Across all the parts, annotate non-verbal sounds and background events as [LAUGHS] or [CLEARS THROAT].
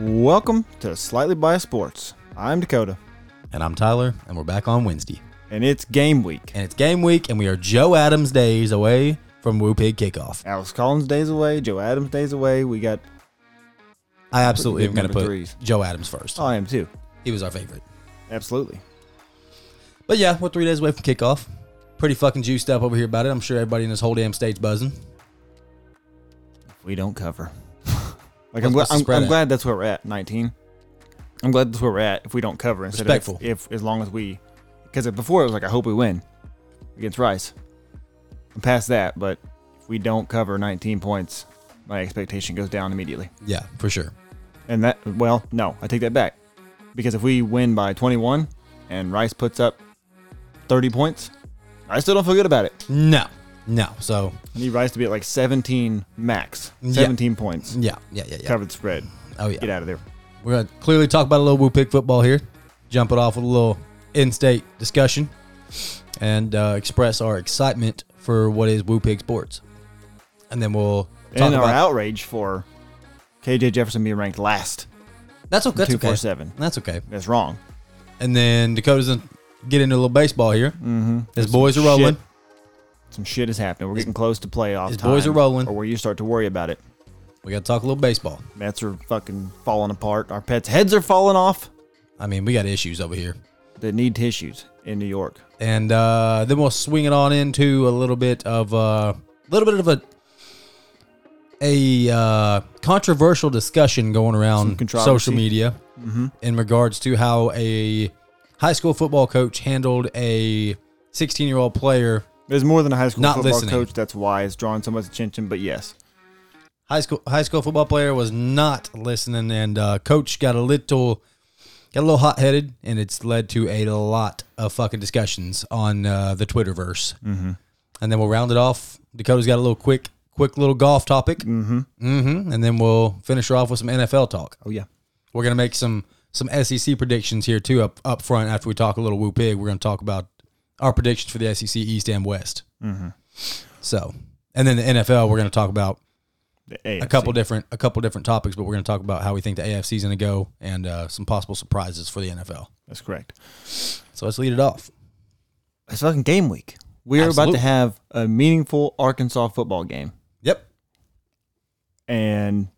Welcome to Slightly Biased Sports. I'm Dakota, And I'm Tyler, and we're back on Wednesday. and it's game week. And it's game week, and we are Joe Adams days away from Woo Pig kickoff. Alex Collins days away, Joe Adams days away. We got I absolutely am Big going to number put threes. Joe Adams first. oh, I am too. He was our favorite. Absolutely. But yeah, we're three days away from kickoff. Pretty fucking juiced up over here about it. I'm sure everybody in this whole damn state's buzzing. We don't cover. [LAUGHS] like I'm, gl- What's the I'm, spread I'm at? glad that's where we're at. 19. I'm glad that's where we're at. If we don't cover, instead Respectful. of if, if as long as we, because before it was like I hope we win against Rice. I'm past that, but if we don't cover 19 points, my expectation goes down immediately. Yeah, for sure. And that, well, no, I take that back. Because if we win by 21 and Rice puts up 30 points, I still don't feel good about it. No, no. So I need Rice to be at like 17 max, Yeah. 17 points, yeah, yeah, yeah, yeah. cover the spread, Oh yeah. get out of there. We're going to clearly talk about a little Woo Pig football here. Jump it off with a little in-state discussion, and uh, express our excitement for what is Woo Pig sports. And then we'll talk and our about outrage for KJ Jefferson being ranked last. That's okay. That's okay. 247. That's okay. That's wrong. And then Dakota's gonna get into a little baseball here. Mm-hmm. His boys are some rolling. shit. Some shit is happening. We're getting close to playoff his time. boys are rolling. Or where you start to worry about it. We got to talk a little baseball. Mets are fucking falling apart. Our pets' heads are falling off. I mean, we got issues over here. They need tissues in New York. And uh, then we'll swing it on into a little bit of a little bit of a a uh, controversial discussion going around controversy. Mm-hmm. social media in regards to how a high school football coach handled a 16 year old player There's more than a high school Not football listening. coach. That's why it's drawing so much attention. But yes, high school high school football player was not listening, and uh, coach got a little got a little hot headed, and it's led to a lot of fucking discussions on uh, the Twitterverse. Mm-hmm. And then we'll round it off. Dakota's got a little quick quick little golf topic, mm-hmm. Mm-hmm. and then we'll finish her off with some NFL talk. oh yeah, We're gonna make some some SEC predictions here too up up front. After we talk a little woo pig, we're gonna talk about our predictions for the SEC East and West. Mm-hmm. So, and then the NFL, we're gonna talk about the AFC. a couple different a couple different topics, but we're going to talk about how we think the AFC is going to go and uh, some possible surprises for the NFL. That's correct. So let's lead it off. It's fucking game week. We are about Absolutely. to have a meaningful Arkansas football game, Yep. and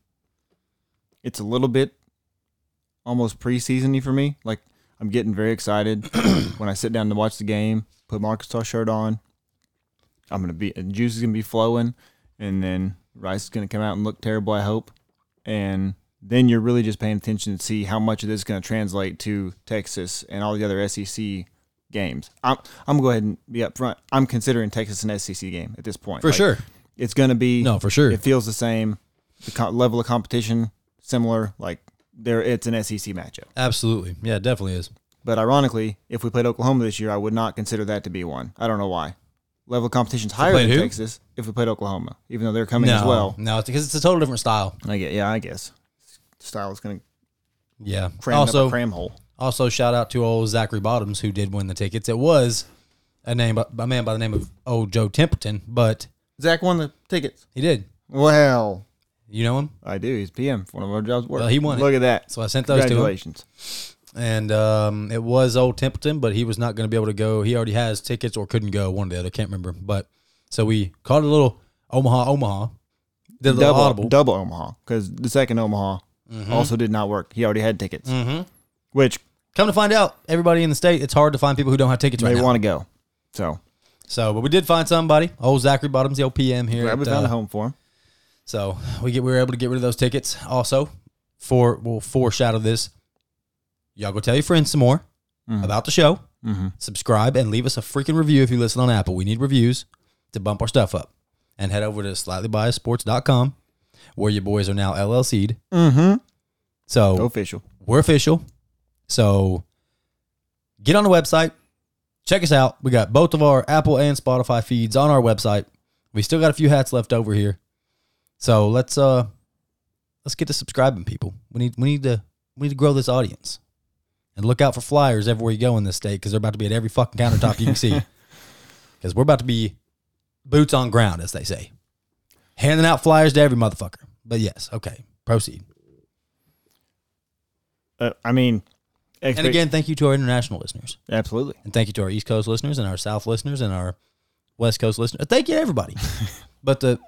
it's a little bit almost preseasony for me. Like I'm getting very [CLEARS THROAT] excited when I sit down to watch the game. Put my Arkansas shirt on. I'm gonna be and juice is gonna be flowing, and then rice is gonna come out and look terrible. I hope, and then you're really just paying attention to see how much of this is gonna translate to Texas and all the other SEC games. I'm I'm gonna go ahead and be up front. I'm considering Texas an SEC game at this point For sure. It's gonna be No, for sure. It feels the same. The co- level of competition similar. Like there, it's an SEC matchup. Absolutely. Yeah, it definitely is. But ironically, if we played Oklahoma this year, I would not consider that to be one. I don't know why. Level of competition's higher played than who? Texas if we played Oklahoma, even though they're coming No, as well. no, it's because it's a total different style. I get, yeah, I guess style is going to Yeah. cram up also, a cram hole. also shout out to old Zachary Bottoms who did win the tickets. It was a name a man by the name of old Joe Templeton, but Zach won the tickets. he did. Well, You know him, I do. He's PM for one of our jobs. Work. Well, he won it. Look at that. so I sent those to him. Congratulations. And um, it was old Templeton, but he was not going to be able to go. He already has tickets or couldn't go, one or the other. Can't remember. But so we called a little Omaha, Omaha. Did a little Double, audible. Mm-hmm. double Omaha because the second Omaha also did not work. He already had tickets, Mm. which Come to find out, everybody in the state, it's hard to find people who don't have tickets they right now. want to go. So So, but we did find somebody. Old Zachary Bottoms, the old PM here. glad we at, found uh, a home for him. So we get we were able to get rid of those tickets. Also, for we'll foreshadow this. Y'all go tell your friends some more Mm. about the show. mm-hmm. Subscribe and leave us a freaking review if you listen on Apple. We need reviews to bump our stuff up. And head over to slightlybiasedsports.com where your boys are now LLC'd. Mm-hmm. So Official. we're official. So get on the website, check us out. We got both of our Apple and Spotify feeds on our website. We still got a few hats left over here. So let's uh let's get to subscribing people. We need we need to we need to grow this audience. And look out for flyers everywhere you go in this state cuz they're about to be at every fucking countertop you can see. Cuz we're about to be boots on ground as they say. Handing out flyers to every motherfucker. But yes, okay. Proceed. uh, I mean, And expect- again, thank you to our international listeners. absolutely. And thank you to our East Coast listeners and our South listeners and our West Coast listeners. Uh, Thank you to everybody. but the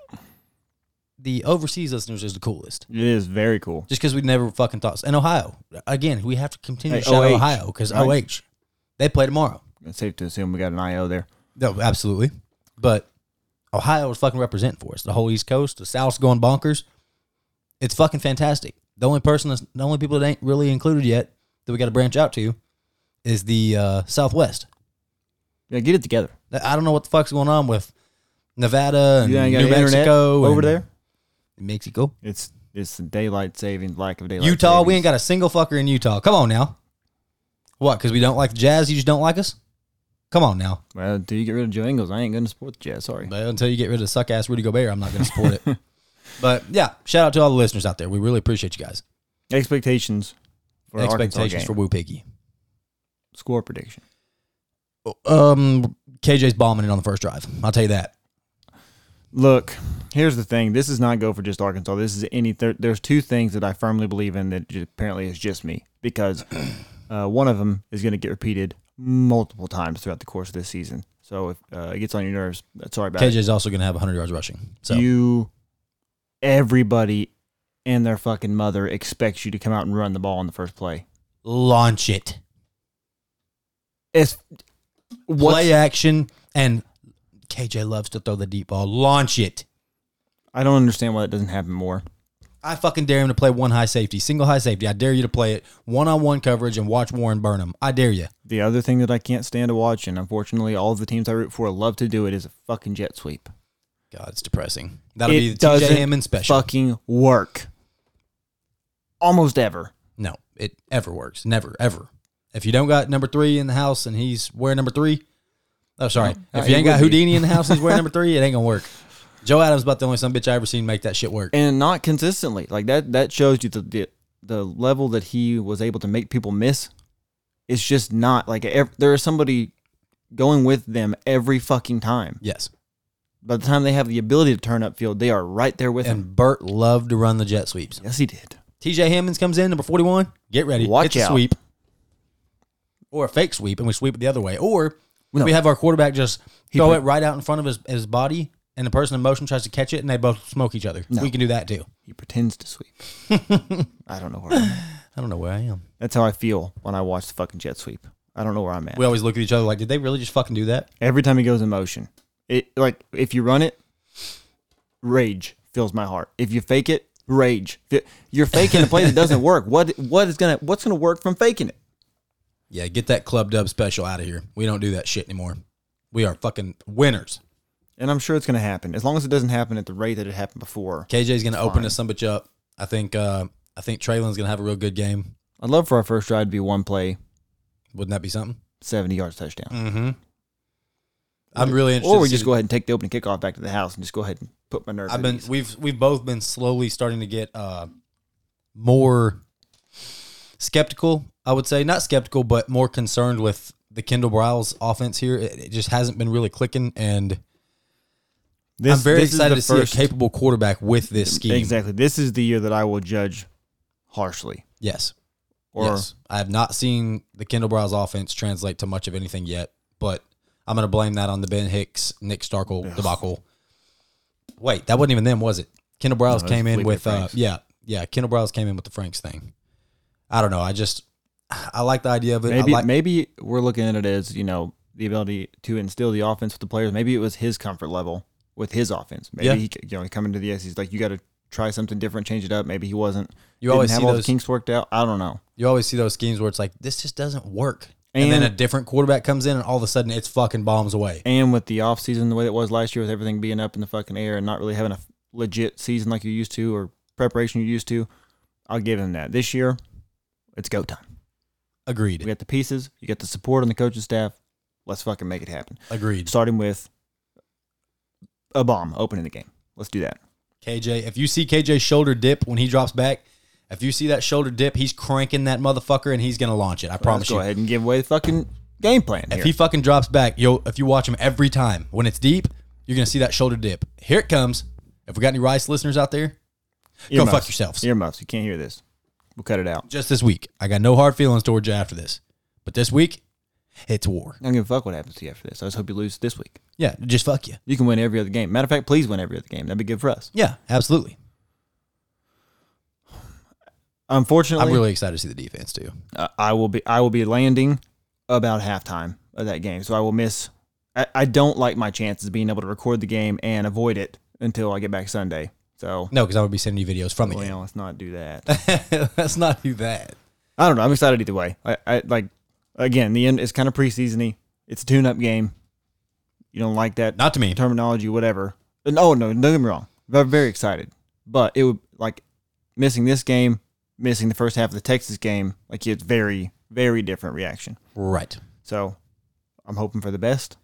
the overseas listeners is the coolest. It is very cool. Just because we never fucking thought. And Ohio. Again, we have to continue to Hey, shout out OH, Ohio because right? OH. They play tomorrow. It's safe to assume we got an IO there. No, absolutely. But Ohio is fucking representing for us. The whole East Coast, the South's going bonkers. It's fucking fantastic. The only person that's the only people that ain't really included yet that we got to branch out to is the uh, Southwest. Yeah, get it together. I don't know what the fuck's going on with Nevada and You ain't got New internet Mexico over and- there. Mexico, It's it's the daylight saving lack of daylight. Utah. We savings. ain't got a single fucker in Utah. Come on now. What? Because we don't like the Jazz? You just don't like us? Come on now. Well, until you get rid of Joe Ingles, I ain't gonna support the Jazz. Sorry. But until you get rid of suck ass Rudy Gobert, I'm [LAUGHS] not going to support it. But yeah, shout out to all the listeners out there. We really appreciate you guys. Expectations. For Expectations Expectations for Woo Piggy. for score prediction. Um, KJ's bombing it on the first drive. I'll tell you that. Look, here's the thing. This is not go for just Arkansas. This is any. There, there's two things that I firmly believe in that ju- apparently is just me because [CLEARS THROAT] uh, one of them is going to get repeated multiple times throughout the course of this season. So if uh, it gets on your nerves, sorry about it. KJ's also going to have 100 yards rushing. So You, everybody, and their fucking mother expects you to come out and run the ball on the first play. launch it. It's what Play action. And KJ loves to throw the deep ball. Launch it. I don't understand why that doesn't happen more. I fucking dare him to play one high safety, single high safety. I dare you to play it one on one coverage and watch Warren burn him. I dare you. The other thing that I can't stand to watch, and unfortunately, all of the teams I root for love to do it, is a fucking jet sweep. God, it's depressing. That'll be It the TJ doesn't Hammond special. Fucking work. Almost ever. No, it ever works. Never, ever. If you don't got number three in the house and he's wearing number three, oh, sorry. No, if you it ain't got would be. Houdini in the house and he's [LAUGHS] wearing number three, it ain't going to work. Joe Adams about the only son of a bitch I ever seen make that shit work. And not consistently. Like that that shows you the the, the level that he was able to make people miss. It's just not like ev- there is somebody going with them every fucking time. Yes. By the time they have the ability to turn up field, they are right there with him. And Burt loved to run the jet sweeps. Yes, he did. TJ Hammonds comes in, number 41. Get ready. Watch it's out. a sweep. Or a fake sweep, and we sweep it the other way. Or No. we have our quarterback just throw put- it right out in front of his, his body, and the person in motion tries to catch it, and they both smoke each other. We can do that too. He pretends to [LAUGHS] sweep. I don't know where. I'm at. I don't know where I am. That's how I feel when I watch the fucking jet sweep. I don't know where I'm at. We always look at each other like, did they really just fucking do that? Every time he goes in motion, it like if you run it, rage fills my heart. If you fake it, rage. Fi- You're faking a play that doesn't [LAUGHS] work. What what is gonna what's gonna work from faking it? Yeah, get that club dub special out of here. We don't do that shit anymore. We are fucking winners. And I'm sure it's gonna happen as long as it doesn't happen at the rate that it happened before. KJ's gonna open this some bitch up. I think uh I think Traylon's gonna have a real good game. I'd love for our first drive to be one play, Wouldn't that be something? seventy yards touchdown, Mm-hmm. I'm really interested. or we to see just go ahead and take the opening kickoff back to the house and just go ahead and put my nerves. I've at been ease. we've we've both been slowly starting to get uh more skeptical, I would say. Not skeptical, but more concerned with the Kendall Briles offense here. It, it just hasn't been really clicking and This- I'm very this is excited the to see a capable quarterback with this scheme. Exactly. This is the year that I will judge harshly. Yes. Or yes. I have not seen the Kendall Briles offense translate to much of anything yet, but I'm gonna blame that on the Ben Hicks, Nick Starkle debacle. Wait, that wasn't even them, was it? Kendall was Briles came in Felipe with uh, Franks. yeah, yeah. Kendall Briles came in with the Franks thing. I don't know. I just I like the idea of it. Maybe I like maybe we're looking at it as you know the ability to instill the offense with the players. Maybe it was his comfort level with his offense. Maybe Yeah. he, you know coming to the SEC, he's like you got to try something different, change it up. Maybe he wasn't. You didn't always have see all those- the kinks worked out. I don't know. you always see those schemes where it's like this just doesn't work, and, then And- a different quarterback comes in, and all of a sudden it's fucking bombs away. And with the offseason the way that was last year, with everything being up in the fucking air and not really having a legit season like you're used to or preparation you're used to, I'll give him that. This year, it's go time. We Agreed. got the pieces. You got the support on the coaching staff. Let's fucking make it happen. Agreed. Starting with a bomb opening the game. Let's do that. KJ, if you see KJ's shoulder dip when he drops back, if you see that shoulder dip, he's cranking that motherfucker and he's gonna launch it. I promise Let's go you. ahead and give away the fucking game plan If here. he fucking drops back, yo, if you watch him every time when it's deep, you're gonna see that shoulder dip. Here it comes. If we got any Rice listeners out there, go Earmuffs. fuck yourselves. Earmuffs. You can't hear this. We'll cut it out. Just this week. I got no hard feelings towards you after this. But this week, it's war. I don't give a fuck what happens to you after this. I just hope you lose this week. Yeah, just fuck you. You can win every other game. Matter of fact, please win every other game. That'd be good for us. Yeah, absolutely. Unfortunately, I'm really excited to see the defense too. uh, I will be I will be landing about halftime of that game, so I will miss. I, I don't like my chances of being able to record the game and avoid it until I get back Sunday. So No, because I would be sending you videos from the well, let's not do that. game. [LAUGHS] Let's not do that. I don't know. I'm excited either way. I, I like again the end is kind of preseasony. It's a tune-up game. You don't like that Not to me. terminology, whatever. No, no, don't get me wrong. I'm very excited, but it would like missing this game, missing the first half of the Texas game. Like it's very, very different reaction. Right. So I'm hoping for the best,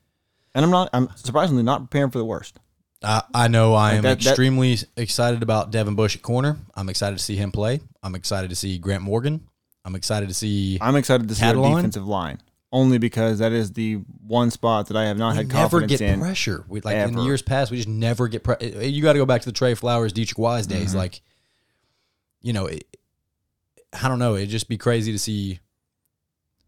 and I'm not. I'm surprisingly not preparing for the worst. I, I know I am that- that- extremely excited about Devin Bush at corner. I'm excited to see him play. I'm excited to see Grant Morgan. I'm excited to see. I'm excited to see our Catalan? defensive line only because that is the one spot that I have not We had never confidence get in. pressure. We, like in Ever. years past, we just never get pressure. You got to go back to the Trey Flowers, Dietrich Wise days. Mm-hmm. Like, you know, it, I don't know. It'd just be crazy to see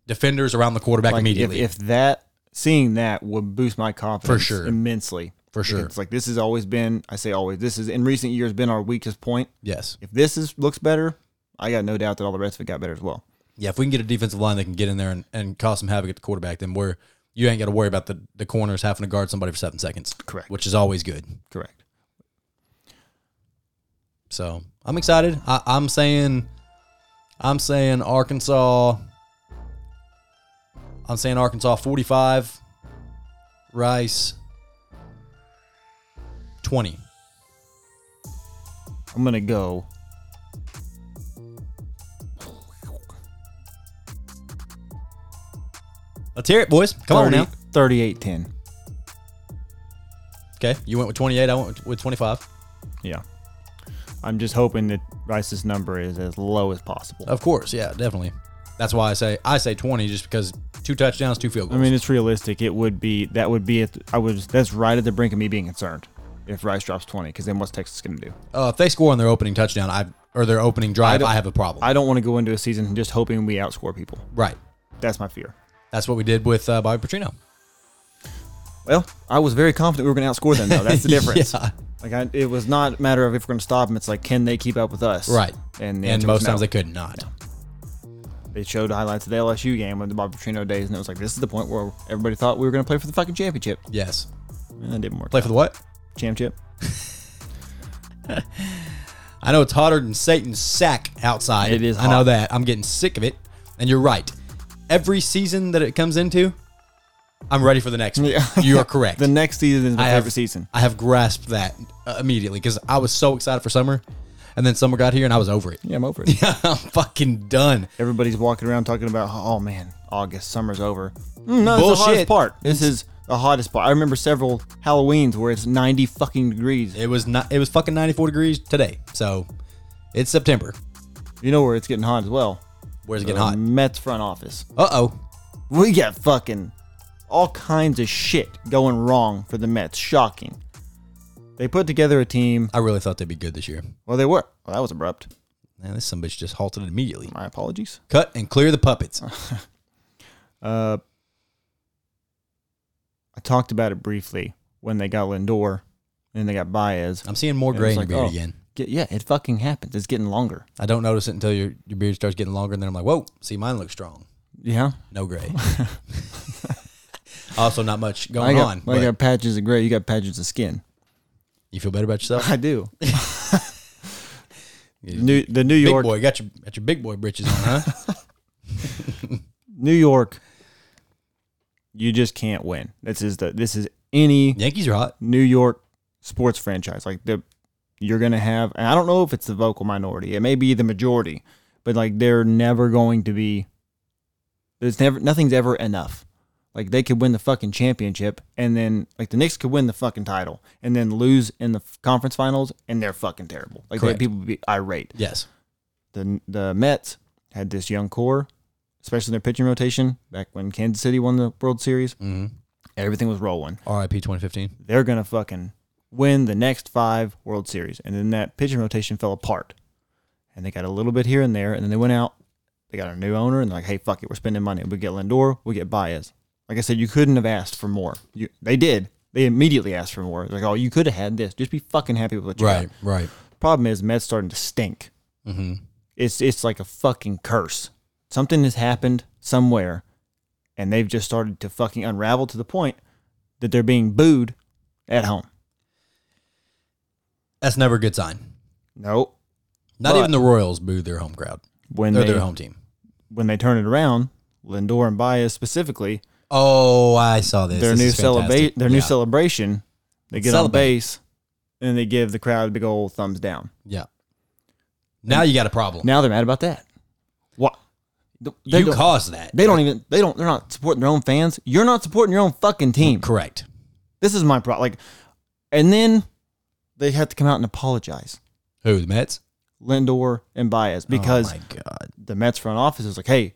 defenders around the quarterback Like, if, immediately if that seeing that would boost my confidence sure. immensely. for sure. It's like this has always been. I say always. This is in recent years been our weakest point. Yes. If this is looks better, I got no doubt that all the rest of it got better as well. Yeah, if we can get a defensive line that can get in there and, and cause some havoc at the quarterback, then we're you ain't got to worry about the, the corners having to guard somebody for seven seconds. Correct. Which is always good. Correct. So I'm excited. I, I'm saying I'm saying Arkansas. I'm saying Arkansas 45. Rice 20. I'm gonna go. Let's hear it, boys. Come on now. 38 10. Okay. You went with 28. I went with- with 25. Yeah. I'm just hoping that Rice's number is as low as possible. Of course. Yeah, definitely. That's why I say I say 20 just because two touchdowns, two field I goals. mean, it's realistic. It would be that would be at I was that's right at the brink of me being concerned if Rice drops 20 because then what's Texas gonna do? Uh, if they score on their opening touchdown, I or their opening drive, don't- I, have a problem. I don't want to go into a season just hoping we outscore people. right. That's my fear. That's what we did with uh, Bobby Petrino. Well, I was very confident we were going to outscore them though. [LAUGHS] That's the difference. Yeah. Like I, it was not a matter of if we're going to stop them. It's like can they keep up with us? Right. And, the And answer most was times no. they could not. they showed highlights of the LSU game with the Bob Petrino days, and it was like this is the point where everybody thought we were going to play for the fucking championship, Yes. and that didn't work. Play for the what? championship. I know it's hotter than Satan's sack outside. It is I know hot. that. I'm getting sick of it. And you're right. Every season that it comes into, I'm ready for the next one. Yeah. [LAUGHS] You are correct. The next season is my I favorite have season. I have grasped that uh, immediately because I was so excited for summer, and then summer got here and I was over it. [LAUGHS] Yeah, I'm over it. I'm fucking done. Everybody's walking around talking about, oh man, August, summer's over. Mm, no, it's the Bullshit. hottest part. This is the hottest part. I remember several Halloweens where it's 90 fucking degrees. It was not. It was fucking 94 degrees today. So it's September. You know where it's getting hot as well. Where's it getting The hot? Mets front office. Uh oh. We got fucking all kinds of shit going wrong for the Mets. Shocking. They put together a team. I really thought they'd be good this year. Well, they were. Well, that was abrupt. Man, this some bitch just halted immediately. My apologies. Cut and clear [LAUGHS] the puppets. Uh, I talked about it briefly when they got Lindor and they got Baez. I'm seeing more It gray was in your like, beard oh. again. Get- yeah, it fucking happens. It's getting longer. I don't notice it until your, your beard starts getting longer, and then I'm like, whoa, see, mine looks strong. Yeah. [LAUGHS] No gray. also, not much I going got, on. I but got patches of gray. You got patches of skin. you feel better [LAUGHS] about yourself? I do. New, the New big York, boy, got your got your big boy britches on, [LAUGHS] huh? New York. You just can't win. This is the this is any Yankees are hot. New York sports franchise. Like the you're gonna have and I don't know if it's the vocal minority. It may be the majority, but like they're never going to be there's never nothing's ever enough. Like they could win the fucking championship and then like the Knicks could win the fucking title and then lose in the f- conference finals and they're fucking terrible. Like they, Correct. people would be irate. Yes, The the Mets had this young core, especially in their pitching rotation back when Kansas City won the World Series. mm-hmm. Everything was rolling R.I.P. 2015. they're gonna fucking win the next five World Series, and then that pitching rotation fell apart. and they got a little bit here and there, and then they went out. They got a new owner, and they're like, "Hey, fuck it, we're spending money. We get Lindor, we get Baez." Like I said, you couldn't have asked for more. You, they did. They immediately asked for more. Like, oh, you could have had this. Just be fucking happy with what you Right, got. right. Problem is, Mets starting to stink. Mm-hmm. It's it's like a fucking curse. Something has happened somewhere, and they've just started to fucking unravel to the point that they're being booed at home. That's never a good sign. Nope. Not But- even the Royals boo their home crowd When or they their home team. when they turn it around, Lindor and Baez specifically, Oh, I saw this. their This new is celebra- fantastic. their Yeah. new celebration, they get on Celebrate. base and they give the crowd a big old thumbs down. Yeah. Now you got a problem. Now they're mad about that. What? They you don't- caused that. they don't even they don't they're not supporting their own fans. You're not supporting your own fucking team. Correct. This is my problem. Like, and then they have to come out and apologize, Who the Mets? Lindor and Baez, because oh my God, the Mets front office is like, hey,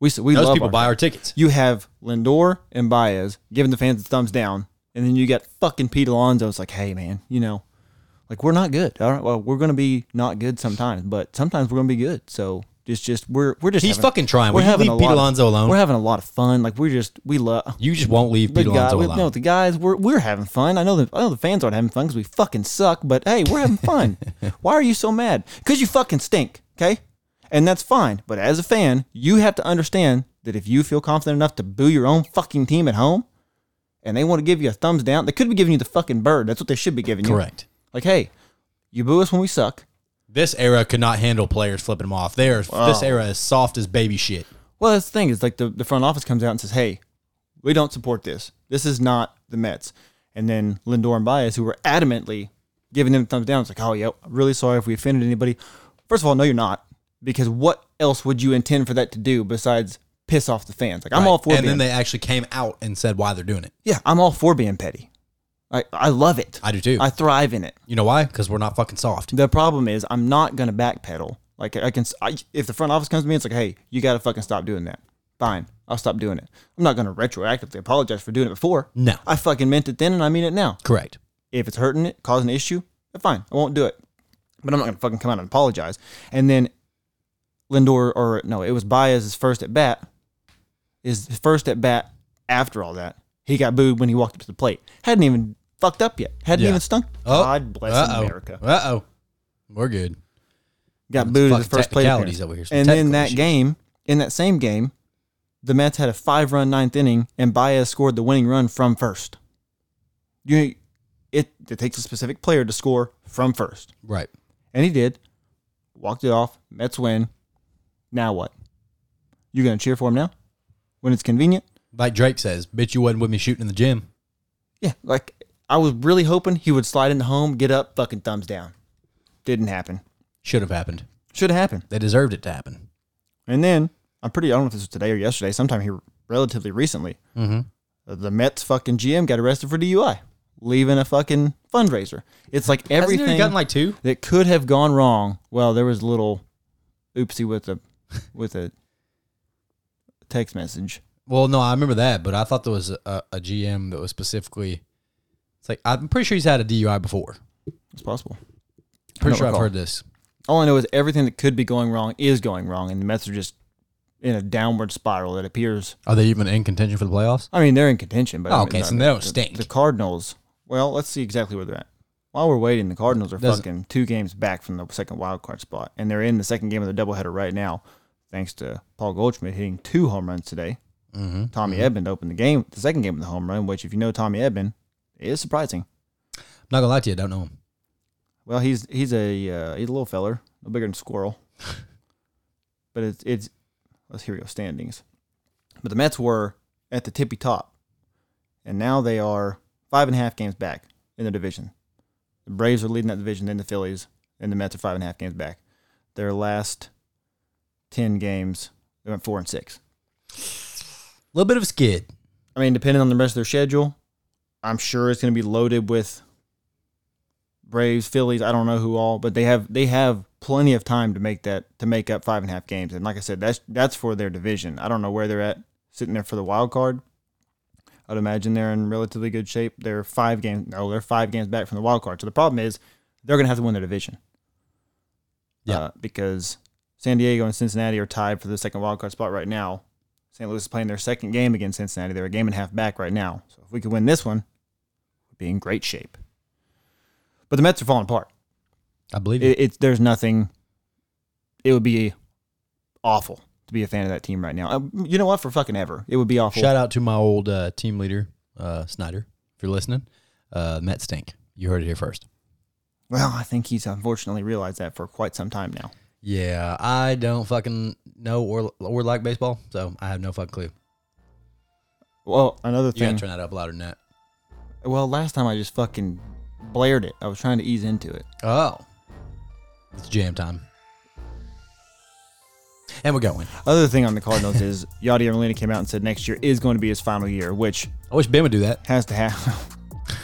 we s- we those love people our buy fans. our tickets. You have Lindor and Baez giving the fans the thumbs down, and then you got fucking Pete Alonso. It's like, hey man, you know, like we're not good. All right, well we're gonna be not good sometimes, but sometimes we're gonna be good. So it's just we're we're just He's having- fucking trying. Will We're you having leave a Pete lot of- Alonso alone? We're having a lot of fun. Like we're just we love You just won't leave the Pete guy, Alonso we, alone. no, the guys, we're we're having fun. I know the I know the fans aren't having fun because we fucking suck. But hey, we're [LAUGHS] having fun. Why are you so mad? Because you fucking stink. Okay, and that's fine. But as a fan, you have to understand that if you feel confident enough to boo your own fucking team at home, and they want to give you a thumbs down, they could be giving you the fucking bird. That's what they should be giving you. Correct. Like, hey, you boo us when we suck. This era could not handle players flipping them off. They are, This era is soft as baby shit. Well, that's the thing is like the, the front office comes out and says, "Hey, we don't support this. This is not the Mets." And then Lindor and Baez, who were adamantly giving them thumbs down, it's like, "Oh, yeah, really sorry if we offended anybody." First of all, no, you're not, because what else would you intend for that to do besides piss off the fans? Like, I'm all for And being, then they actually came out and said why they're doing it. yeah, I'm all for being petty. I I love it. I do too. I thrive in it. you know why? Because we're not fucking soft. The problem is, I'm not gonna backpedal. Like I can, I, if the front office comes to me, it's like, hey, you gotta fucking stop doing that. Fine, I'll stop doing it. I'm not gonna retroactively apologize for doing it before. No. I fucking meant it then, and I mean it now. Correct. If it's hurting it, causing an issue, then fine, I won't do it. But I'm not gonna fucking come out and apologize. And then Lindor, or no, it was Baez's first at bat. His first at bat after all that, he got booed when he walked up to the plate. Hadn't even fucked up yet. Hadn't Yeah. even stunk. Oh. God bless Uh-oh. America Uh-oh. We're good. got It's booed at the fucking first play technicalities appearance. over here, some And then technical that issues. game, in that same game, the Mets had a five run ninth inning, and Baez scored the winning run from first. You, it, it takes a specific player to score from first, Right. and he did. Walked it off. Mets win. Now what? You gonna cheer for him now, when it's convenient? Like Drake says, bitch, you wasn't with me shooting in the gym. Yeah, like I was really hoping he would slide into home, get up, fucking thumbs down. Didn't happen. Should have happened. Should have happened. They deserved it to happen. And then I'm pretty. I don't know if this was today or yesterday. Sometime here, relatively recently, Mm-hmm. the Mets fucking GM got arrested for DUI, leaving a fucking fundraiser. It's like Hasn't everything he gotten like two? that could have gone wrong. Well, there was a little oopsie with a with a text message. Well, no, I remember that, but I thought there was a, a GM that was specifically. It's like I'm pretty sure he's had a DUI before. It's possible. Pretty don't sure I've recall. heard this. All I know is everything that could be going wrong is going wrong, and the Mets are just in a downward spiral that appears. Are they even in contention for the playoffs? I mean, they're in contention, but I Oh, mean, okay, the- so they don't the- stink. The Cardinals. Well, let's see exactly where they're at. While we're waiting, the Cardinals are Doesn't- fucking two games back from the second wild card spot, and they're in the second game of the doubleheader right now, thanks to Paul Goldschmidt hitting two home runs today. Mm-hmm. Tommy Edmond opened the game, the second game with a home run, which, if you know Tommy Edmond, is surprising. I'm not gonna lie to you, I don't know him. Well, he's he's a uh, he's a little feller, no bigger than squirrel. but it's it's let's here we go standings. But the Mets were at the tippy top, and now they are five and a half games back in the division. The Braves are leading that division, then the Phillies, and the Mets are five and a half games back. Their last ten games, they went four and six. A little bit of a skid. I mean, depending on the rest of their schedule, I'm sure it's going to be loaded with Braves, Phillies. I don't know who all, but they have they have plenty of time to make that to make up five and a half games. And like I said, that's that's for their division. I don't know where they're at sitting there for the wild card. I'd imagine they're in relatively good shape. They're five games. No, they're five games back from the wild card. So the problem is they're going to have to win their division. Yeah. Uh, because San Diego and Cincinnati are tied for the second wild card spot right now. St. Louis is playing their second game against Cincinnati. They're a game and a half back right now. So if we could win this one, we'd be in great shape. But the Mets are falling apart. I believe it. It, it's there's nothing. It would be awful to be a fan of that team right now. Um, you know what? For fucking ever, it would be awful. Shout out to my old uh, team leader, uh, Snyder, if you're listening. Uh, Met stink. You heard it here first. Well, I think he's unfortunately realized that for quite some time now. Yeah, I don't fucking know or or like baseball, so I have no fucking clue. Well, another You gotta thing. turn that up louder than that. Well, last time I just fucking blared it. I was trying to ease into it. Oh, it's jam time, and we're going. Other thing on the [LAUGHS] Cardinals is Yadier Molina came out and said next year is going to be his final year, which I wish Ben would do that. [LAUGHS] has to happen.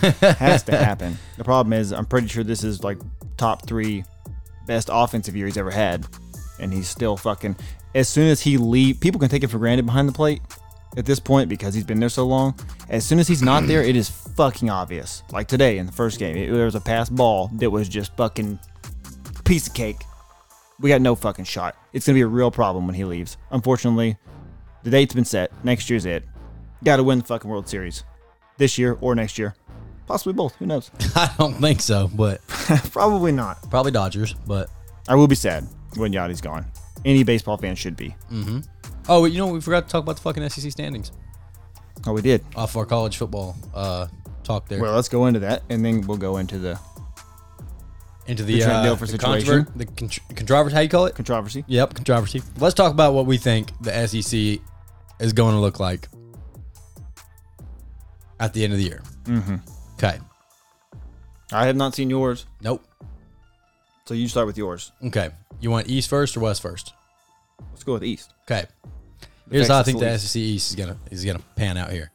[LAUGHS] has to happen. The problem is, I'm pretty sure this is like top three best offensive year he's ever had, and he's still fucking. As soon as he leave, people can take it for granted behind the plate at this point because he's been there so long. As soon as he's not there, it is fucking obvious. Like today in the first game, it, there was a pass ball that was just fucking piece of cake. We got no fucking shot. It's gonna be a real problem when he leaves. Unfortunately, the date's been set. Next year's it. Got to win the fucking World Series this year or next year. Possibly both. Who knows? I don't think so, but [LAUGHS] Probably not. probably Dodgers. But I will be sad when Yachty's gone. Any baseball fan should be. oh, wait, you know what? we forgot to talk about the fucking SEC standings Oh, we did. off our college football uh, talk there. Well, let's go into that, and then we'll go into the into the, the Trent uh, Dilfer the controver- the contr- controversy. How you call it? controversy. Yep, controversy. Let's talk about what we think the SEC is going to look like at the end of the year. Mm-hmm. Okay. I have not seen yours, Nope. so you start with yours. Okay. You want East first or West first? Let's go with East. Okay. Here's how I think the Texas SEC East is gonna is gonna pan out here.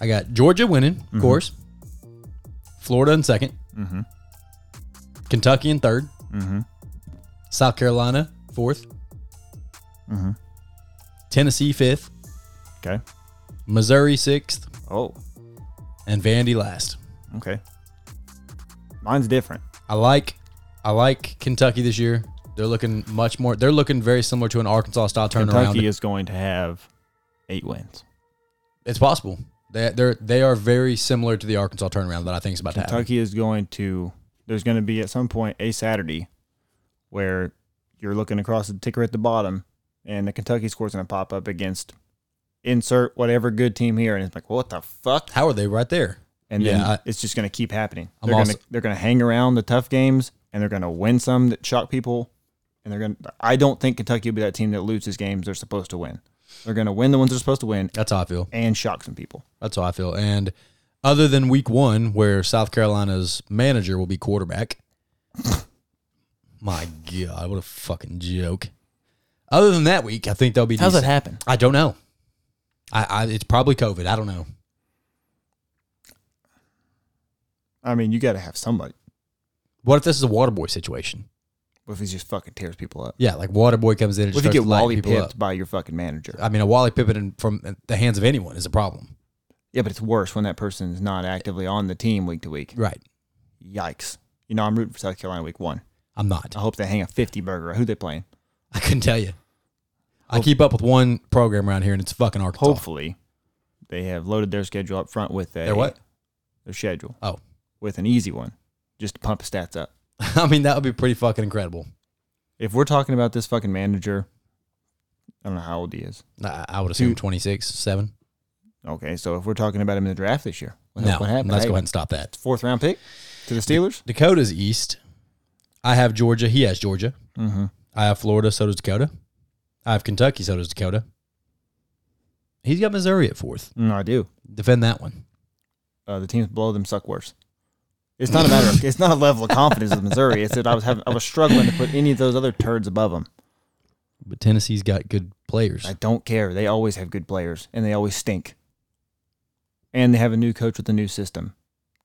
I got Georgia winning, of course. Florida in 2nd Kentucky in 3rd South Carolina 4th Mm-hmm. Tennessee fifth, Okay. Missouri sixth, Oh, and Vandy last. okay. Mine's different. I like I like Kentucky this year. They're looking much more. They're looking very similar to an Arkansas style turnaround. Kentucky is going to have eight wins. It's possible. They they're they are very similar to the Arkansas turnaround that I think is about to happen. Kentucky is going to. There's going to be at some point a Saturday where you're looking across the ticker at the bottom, and the Kentucky score's going to pop up against insert whatever good team here, and it's like, what the fuck? How are they right there? And then Yeah, I- it's just going to keep happening. I'm they're also- going to they're going to hang around the tough games, and they're going to win some that shock people, and they're going. to I don't think Kentucky will be that team that loses games they're supposed to win. They're going to win the ones they're supposed to win That's how I feel. and shock some people. That's how I feel. And other than week one, where South Carolina's manager will be quarterback. [LAUGHS] My God, what a fucking joke. Other than that week, I think they'll be decent. happen? I don't know. I, I it's probably COVID. I don't know. I mean, you got to have somebody. What if this is a water boy situation? What if he just fucking tears people up? Yeah, like water boy comes in and What if just you starts get lighting Wally people pipped up. by your fucking manager? I mean, a Wally Pippin in- from the hands of anyone is a problem. Yeah, but it's worse when that person's not actively on the team week to week. Right. Yikes. You know, I'm rooting for South Carolina week one. I'm not. I hope they hang a 50 burger. Who they playing? I couldn't tell you. I keep up with one program around here, and it's fucking Arkansas. Hopefully, they have loaded their schedule up front with a, They're what? Their schedule Oh, [LAUGHS] with an easy one just to pump the stats up. I mean that would be pretty fucking incredible. If we're talking about this fucking manager, I don't know how old he is. I, I would assume Dude. 26, seven. Okay, so if we're talking about him in the draft this year, well, No, that's what happened. let's Hey, go ahead and stop that. Fourth round pick to the Steelers? Dakota's east. I have Georgia. He has Georgia. Mm-hmm. I have Florida. So does Dakota. I have Kentucky. So does Dakota. He's got Missouri at fourth. No, I do. Defend that one. uh, the teams below them suck worse. It's not a matter of it's not a level of confidence with Missouri. It's that I was having, I was struggling to put any of those other turds above them. But Tennessee's got good players. I don't care. They always have good players and they always stink. And they have a new coach with a new system.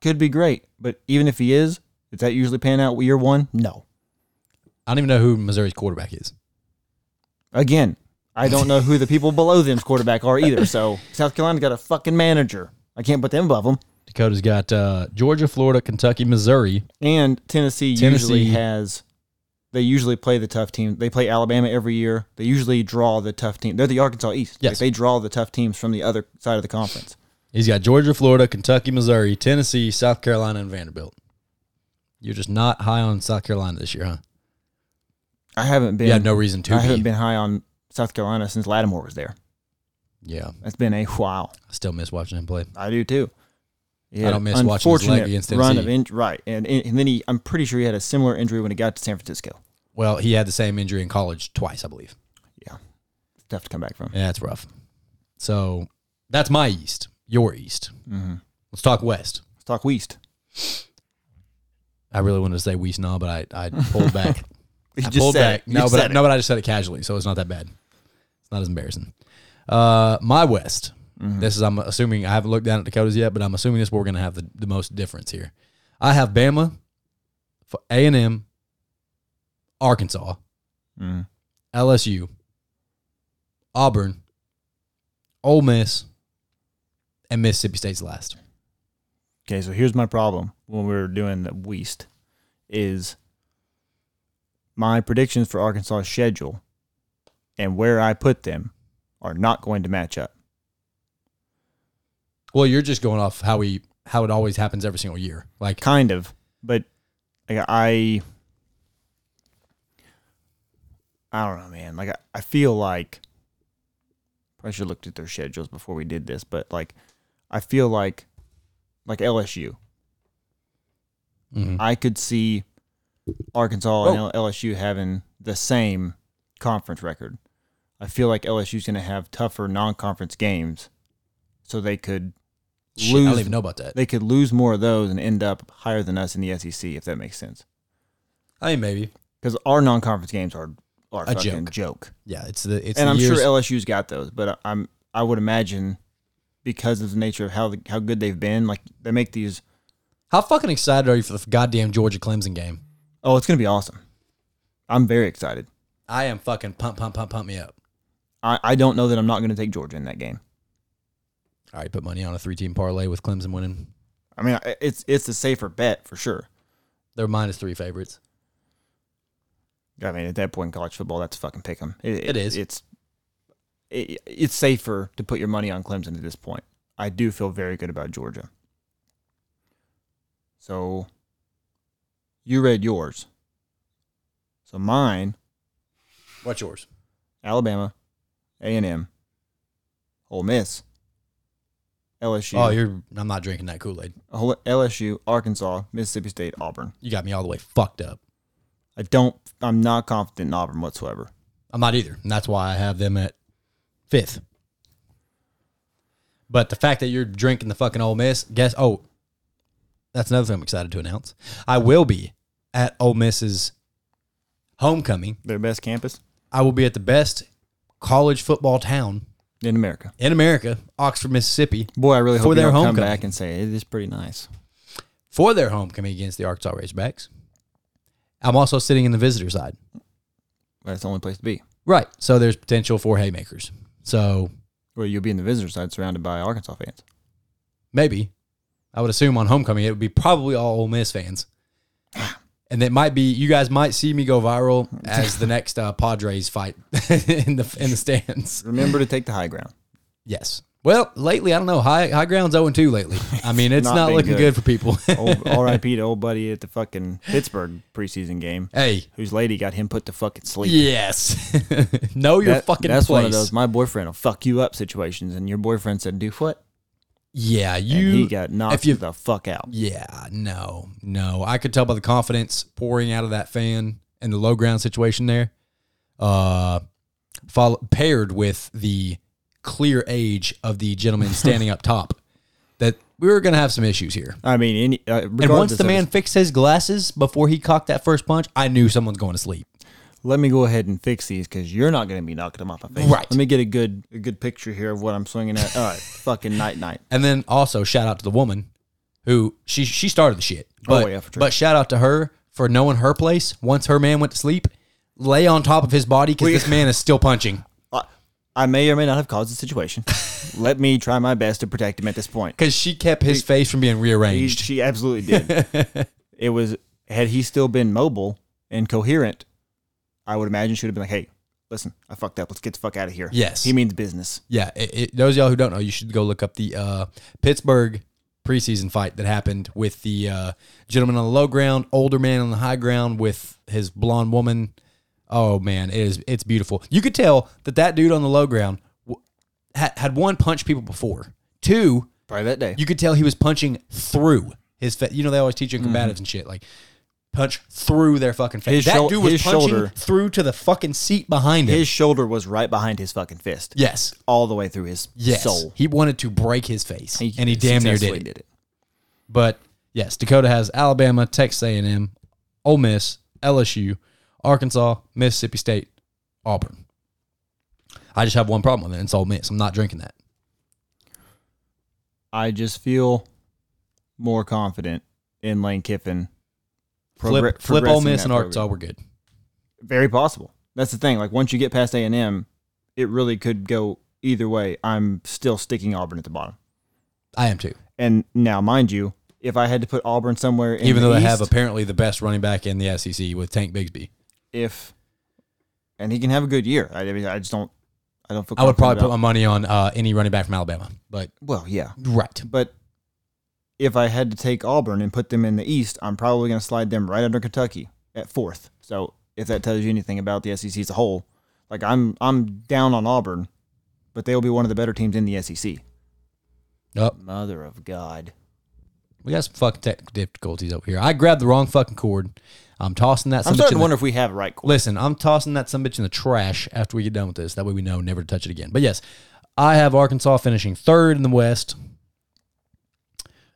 Could be great, but even if he is, does that usually pan out year one? No. I don't even know who Missouri's quarterback is. Again, I don't know who the people below them's quarterback are either. So South Carolina got a fucking manager. I can't put them above them. Dakota's got uh, Georgia, Florida, Kentucky, Missouri. And Tennessee, Tennessee- usually has they usually play the tough team. They play Alabama every year. They usually draw the tough team. They're the Arkansas East. Like, Yes. they draw the tough teams from the other side of the conference. He's got Georgia, Florida, Kentucky, Missouri, Tennessee, South Carolina, and Vanderbilt. You're just not high on South Carolina this year, huh? I haven't been. You have no reason to I haven't be. been high on South Carolina since Lattimore was there. Yeah, That's been a while. I still miss watching him play. I do too. Yeah, don't miss watching his leg against run of Tennessee. in, right, and, and then he. I'm pretty sure he had a similar injury when he got to San Francisco. Well, he had the same injury in college twice, I believe. Tough to come back from. Yeah, that's rough. So that's my East, your East. hmm Let's talk West. Let's talk West. I really wanted to say West now, but I, I pulled back. [LAUGHS] You I just pulled said back. it. You No, just but I, said it. no, but I just said it casually, so it's not that bad. It's not as embarrassing. Uh, my West. Mm-hmm. This is I'm assuming I haven't looked down at Dakotas yet, but I'm assuming this is where we're gonna have the, the most difference here. I have Bama, A and M, Arkansas, Mhm. LSU, Auburn, Ole Miss, and Mississippi State's last. Okay, so here's my problem when we were doing the West is my predictions for Arkansas' schedule and where I put them are not going to match up. Well, you're just going off how we how it always happens every single year. Like Kind of, but like I, I don't know, man. Like I, I feel like I should have looked at their schedules before we did this, but like I feel like like LSU, mhm. I could see Arkansas Oh. and L- LSU having the same conference record. I feel like LSU's going to have tougher non-conference games, so they could Shit, I don't lose- even know about that. they could lose more of those and end up higher than us in the SEC if that makes sense. I mean, maybe. Because our non-conference games are are A fucking joke, joke. Yeah, it's the it's and the I'm years- sure LSU's got those, but I- I'm I would imagine because of the nature of how the, how good they've been, like they make these. How fucking excited are you for the goddamn Georgia Clemson game? Oh, it's gonna be awesome! I'm very excited. I am fucking pump, pump, pump, pump me up. I, I don't know that I'm not gonna take Georgia in that game. All right, put money on a three team parlay with Clemson winning. I mean, I- it's it's a safer bet for sure. They're minus three favorites. I mean, at that point in college football, that's fucking pick 'em. It is. It's it, it's safer to put your money on Clemson at this point. I do feel very good about Georgia. So you read yours. So mine, What's yours? Alabama, A and M, Ole Miss, LSU, Oh, you're. I'm not drinking that Kool Aid. Ole- LSU, Arkansas, Mississippi State, Auburn. You got me all the way fucked up. I don't. I'm not confident in Auburn whatsoever. I'm not either. And that's why I have them at fifth. But the fact that you're drinking the fucking Ole Miss, guess oh, that's another thing I'm excited to announce. I will be at Ole Miss's homecoming. Their best campus I will be at the best college football town in America. in America, Oxford, Mississippi, Boy, I really For hope they their don't come homecoming. back and say it is pretty nice. for their homecoming against the Arkansas Razorbacks. I'm also sitting in the visitor side. That's the only place to be. Right. So there's potential for haymakers. So Or you'll be in the visitor side surrounded by Arkansas fans. maybe I would assume on homecoming it would be probably all Ole [SIGHS] Miss fans, and that might be you guys might see me go viral [LAUGHS] as the next uh, Padres fight [LAUGHS] in the in the stands. Remember to take the high ground. Yes. Well, lately I don't know high high ground's 0 2 lately. I mean it's Not not, been looking good. good. for people. [LAUGHS] Old R.I.P. to old buddy at the fucking Pittsburgh preseason game, hey. whose lady got him put to fucking sleep. Yes. [LAUGHS] know your That- fucking that's place. one of those my boyfriend will fuck you up situations, and your boyfriend said, "Do what?" Yeah, And you he got knocked if you- the fuck out. Yeah, no, no. I could tell by the confidence pouring out of that fan and the low ground situation there. Uh follow, paired with the clear age of [LAUGHS] the gentleman standing up top that we were going to have some issues here. I mean, any, uh, And once regardless the of man his- fixed his glasses before he cocked that first punch, I knew someone's going to sleep. let me go ahead and fix these because you're not going to be knocking them off my face. Right. Let me get a good a good picture here of what I'm swinging at. All [LAUGHS] right, fucking night night. And then also shout out to the woman who she she started the shit. But, Oh, yeah, for sure. but shout out to her for knowing her place once her man went to sleep. Lay on top of his body because this man is still punching. I- I may or may not have caused the [LAUGHS] situation. Let me try my best to protect him at this point. Because she kept his face from being He, rearranged. [LAUGHS] she absolutely did. it was had he still been mobile and coherent, I would imagine should have been like, hey, listen, I fucked up. Let's get the fuck out of here. Yes. He means business. Yeah, it, it, those of y'all who don't know, you should go look up the uh, Pittsburgh preseason fight that happened with the uh, gentleman on the low ground, older man on the high ground with his blonde woman. Oh man, it is it's beautiful. You could tell that that dude on the low ground w- had, had one punched people before. Two, Probably that day. you could tell he was punching through his face. You know they always teach you in combatives and shit like punch through their fucking face. Mm-hmm. His that shou- dude was his punching shoulder- through to the fucking seat behind him. his shoulder was right behind his fucking fist. yes, All the way through his Yes. soul. He wanted to break his face, and he damn near did successfully it. But yes, Dakota has Alabama, Texas A&M, Ole Miss, LSU, Arkansas, Mississippi State, Auburn. I just have one problem with it. and It's Ole Miss. I'm not drinking that. I just feel more confident in Lane Kiffin. Flip, progre- flip Ole progressing Miss that and program. Arkansas. We're good. Very possible. That's the thing. Like once you get past A and M, it really could go either way. I'm still sticking Auburn at the bottom. I am too. And now, mind you, if I had to put Auburn somewhere, in Even the though they East, have apparently the best running back in the SEC with Tank Bigsby, if, and he can have a good year. I, I mean, I just don't. I don't feel. I would probably confident put my money on uh, any running back from Alabama. But about- Well, yeah, right, but if I had to take Auburn and put them in the East, I'm probably going to slide them right under Kentucky at fourth. So if that tells you anything about the SEC as a whole, like I'm I'm down on Auburn, but they will be one of the better teams in the E SEC. oh, Mother of God. we got some fucking technical difficulties over here. I grabbed the wrong fucking cord. I'm tossing that. I'm sumbitch starting in to the- wonder if we have right course. Listen, I'm tossing that some bitch in the trash after we get done with this. That way we know never to touch it again. But yes, I have Arkansas finishing third in the West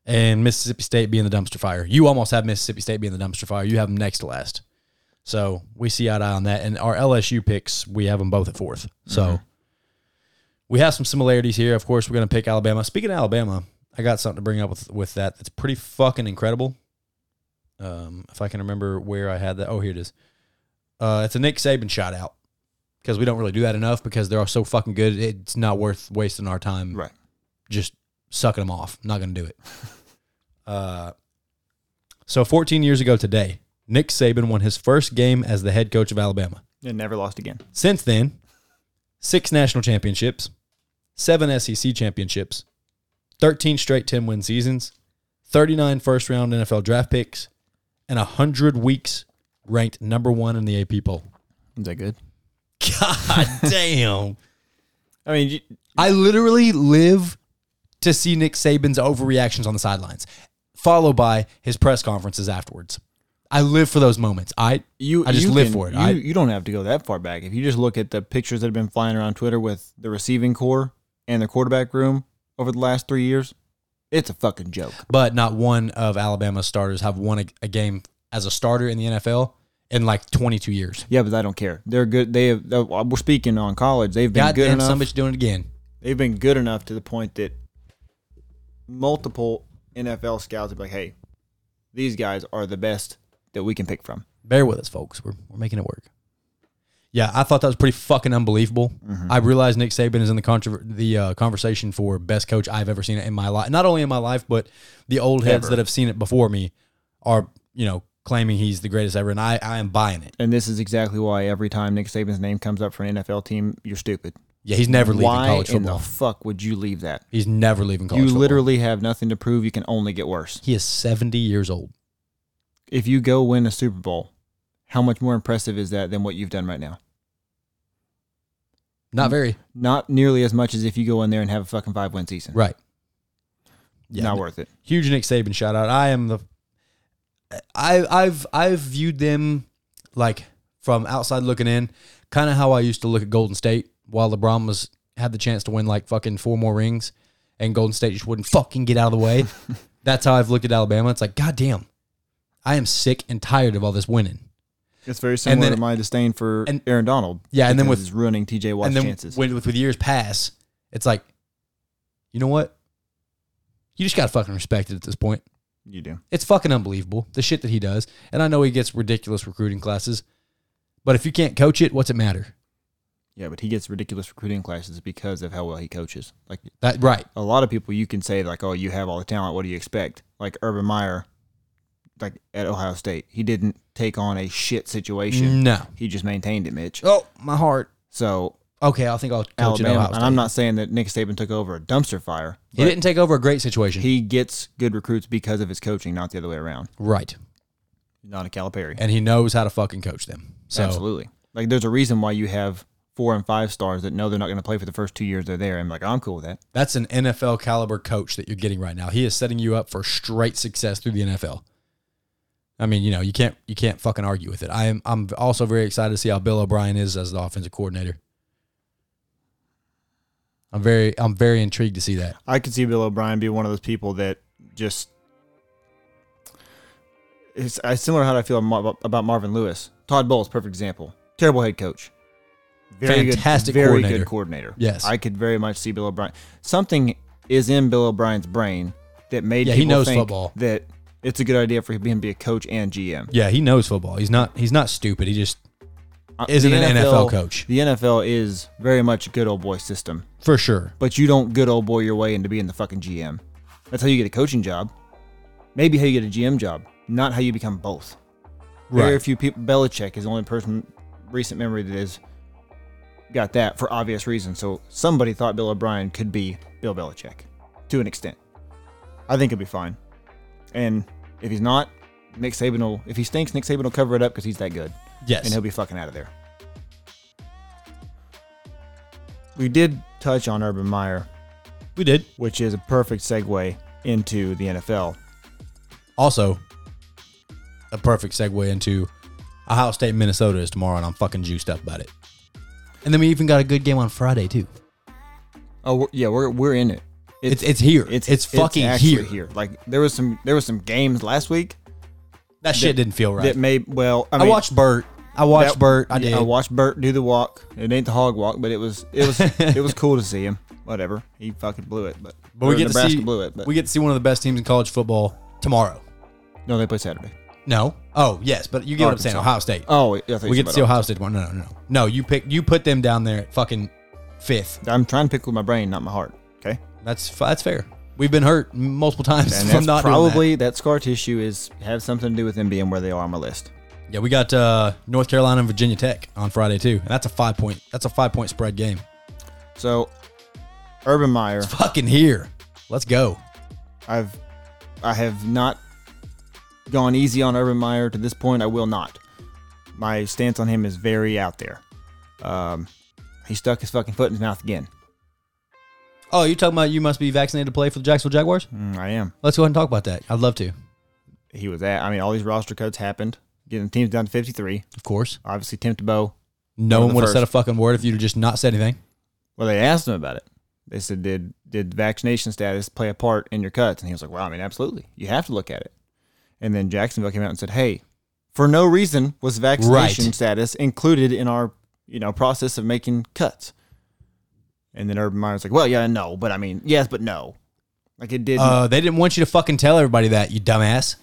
and Mississippi State being the dumpster fire. You almost have Mississippi State being the dumpster fire. You have them next to last. So we see eye to eye on that. And our LSU picks, we have them both at fourth. So we have some similarities here. Of course, we're going to pick Alabama. Speaking of Alabama, I got something to bring up with, with that that's pretty fucking incredible. Um, if I can remember where I had that. Oh, here it is. Uh, it's a Nick Saban shout out because we don't really do that enough because they're all so fucking good. It's not worth wasting our time Right. just sucking them off. Not going to do it. [LAUGHS] uh, so 14 years ago today, Nick Saban won his first game as the head coach of Alabama. And never lost again. Since then, six national championships, seven SEC championships, 13 straight 10 win seasons, 39 first round NFL draft picks, and 100 weeks ranked number one in the AP poll. Is that good? [LAUGHS] God damn. I mean, you- I literally live to see Nick Saban's overreactions on the sidelines, followed by his press conferences afterwards. I live for those moments. I you I just you live can- for it. You, I- you don't have to go that far back. If you just look at the pictures that have been flying around Twitter with the receiving core and the quarterback room over the last three years, it's a fucking joke. but not one of Alabama's starters have won a, a game as a starter in the NFL in like 22 years. Yeah, but I don't care. They're good. They have, uh, we're speaking on college. They've been good Goddamn, enough. some bitch doing it again. They've been good enough to the point that multiple NFL scouts are like, "Hey, these guys are the best that we can pick from." Bear with us, folks. We're, we're making it work. Yeah, I thought that was pretty fucking unbelievable. Mm-hmm. I realized Nick Saban is in the controver- the uh, conversation for best coach I've ever seen it in my life. Not only in my life, but the old heads Ever. that have seen it before me are, you know, claiming he's the greatest ever, and I, I am buying it. And this is exactly why every time Nick Saban's name comes up for an NFL team, you're stupid. Yeah, he's never leaving Why college in football. the fuck would you leave that? he's never leaving college you football. literally have nothing to prove. You can only get worse. He is 70 years old. If you go win a Super Bowl, how much more impressive is that than what you've done right now? Mm-hmm. Not very. Not nearly as much as if you go in there and have a fucking five win season. Right. Not worth it. huge Nick Saban shout out. I am the I I've I've viewed them like from outside looking in, kind of how I used to look at Golden State while LeBron was had the chance to win like fucking four more rings and Golden State just wouldn't fucking get out of the way. That's how I've looked at Alabama. It's like goddamn. I am sick and tired of all this winning. It's very similar then- to my disdain for and- Aaron Donald. Yeah, and then because with- it's ruining TJ Watt's and then chances. when with, with years pass, it's like you know what? You just got to fucking respect it at this point. you do. It's fucking unbelievable the shit that he does. And I know he gets ridiculous recruiting classes, but if you can't coach it, what's it matter? Yeah, but he gets ridiculous recruiting classes because of how well he coaches. Like That right? a lot of people, you can say like, "Oh, you have all the talent. What do you expect?" Like Urban Meyer, like at Ohio State. He didn't take on a shit situation. No. He just maintained it, Mitch. Oh, my heart. So Okay, I think I'll coach at Alabama, Ohio and State. I'm not saying that Nick Saban took over a dumpster fire. He didn't take over a great situation. He gets good recruits because of his coaching, not the other way around. right. Not a Calipari. And he knows how to fucking coach them. So Absolutely. Like there's a reason why you have four and five stars that know they're not going to play for the first two years they're there. I'm like, I'm cool with that. that's an NFL caliber coach that you're getting right now. He is setting you up for straight success through the NFL. I mean, you know, you can't you can't fucking argue with it. I am I'm also very excited to see how Bill O'Brien is as the offensive coordinator. I'm very I'm very intrigued to see that. I could see Bill O'Brien be one of those people that just. It's, it's similar to how I feel Mar- about Marvin Lewis. Todd Bowles, perfect example. Terrible head coach. Fantastic good, very coordinator. good coordinator. Yes. I could very much see Bill O'Brien. Something is in Bill O'Brien's brain that made Yeah, he people knows think football. that it's a good idea for him to be a coach and GM. Yeah, he knows football. He's not he's not stupid. He just Uh, Isn't the an NFL coach. The NFL is very much a good old boy system, for sure. but you don't good old boy your way into being the fucking GM. That's how you get a coaching job. Maybe how you get a GM job, not how you become both. Very Right. few people. Belichick is the only person recent memory that is got that for obvious reasons. So somebody thought Bill O'Brien could be Bill Belichick to an extent. I think it'd be fine. And if he's not, Nick Saban will. If he stinks, Nick Saban will cover it up because he's that good Yes. and he'll be fucking out of there. We did touch on Urban Meyer, we did. which is a perfect segue into the NFL. Also, a perfect segue into Ohio State Minnesota is tomorrow, and I'm fucking juiced up about it. And then we even got a good game on Friday too. Oh we're, yeah, we're we're in it. It's it's here. It's it's fucking actually here. Like there was some there was some games last week That shit didn't feel right. that may well. I, I, mean, watched Bert. I watched that- Bert. I yeah, did. I watched Bert do the walk. It ain't the hog walk, but it was it [LAUGHS] was it was cool to see him. Whatever, he fucking blew it. But, but we or get Nebraska to see blew it. But we get to see one of the best teams in college football tomorrow. no, they play Saturday. No. Oh yes, but you get what I'm saying. Arkansas. Ohio State. Oh, I thought you we said get to see about- Ohio State tomorrow. No, no, no, no. You pick. You put them down there at fucking fifth. I'm trying to pick with my brain, not my heart. Okay. That's fi- that's fair. We've been hurt multiple times And from that's not doing that. probably that. scar tissue is have something to do with them being where they are on my list. Yeah, we got uh, North Carolina and Virginia Tech on Friday too, and that's a five point. That's a five point spread game. So, Urban Meyer, Fucking here, let's go. I've I have not gone easy on Urban Meyer to this point. I will not. My stance on him is very out there. Um, he stuck his fucking foot in his mouth again. Oh, you're talking about you must be vaccinated to play for the Jacksonville Jaguars? Mm, I am. Let's go ahead and talk about that. I'd love to, He was at. I mean, all these roster cuts happened. Getting teams down to 53. of course. Obviously, Tim Tebow. One No of one the would have said a first. fucking word if you'd have just not said anything. Well, they asked him about it. They said, "Did did vaccination status play a part in your cuts?" And he was like, "Well, I mean, absolutely. You have to look at it." And then Jacksonville came out and said, "Hey, for no reason was vaccination Right. status included in our you know process of making cuts." And then Urban Meyer's like, "Well, yeah, no, but I mean, yes, but no, like it didn't." Uh, they didn't want you to fucking tell everybody that, you dumbass.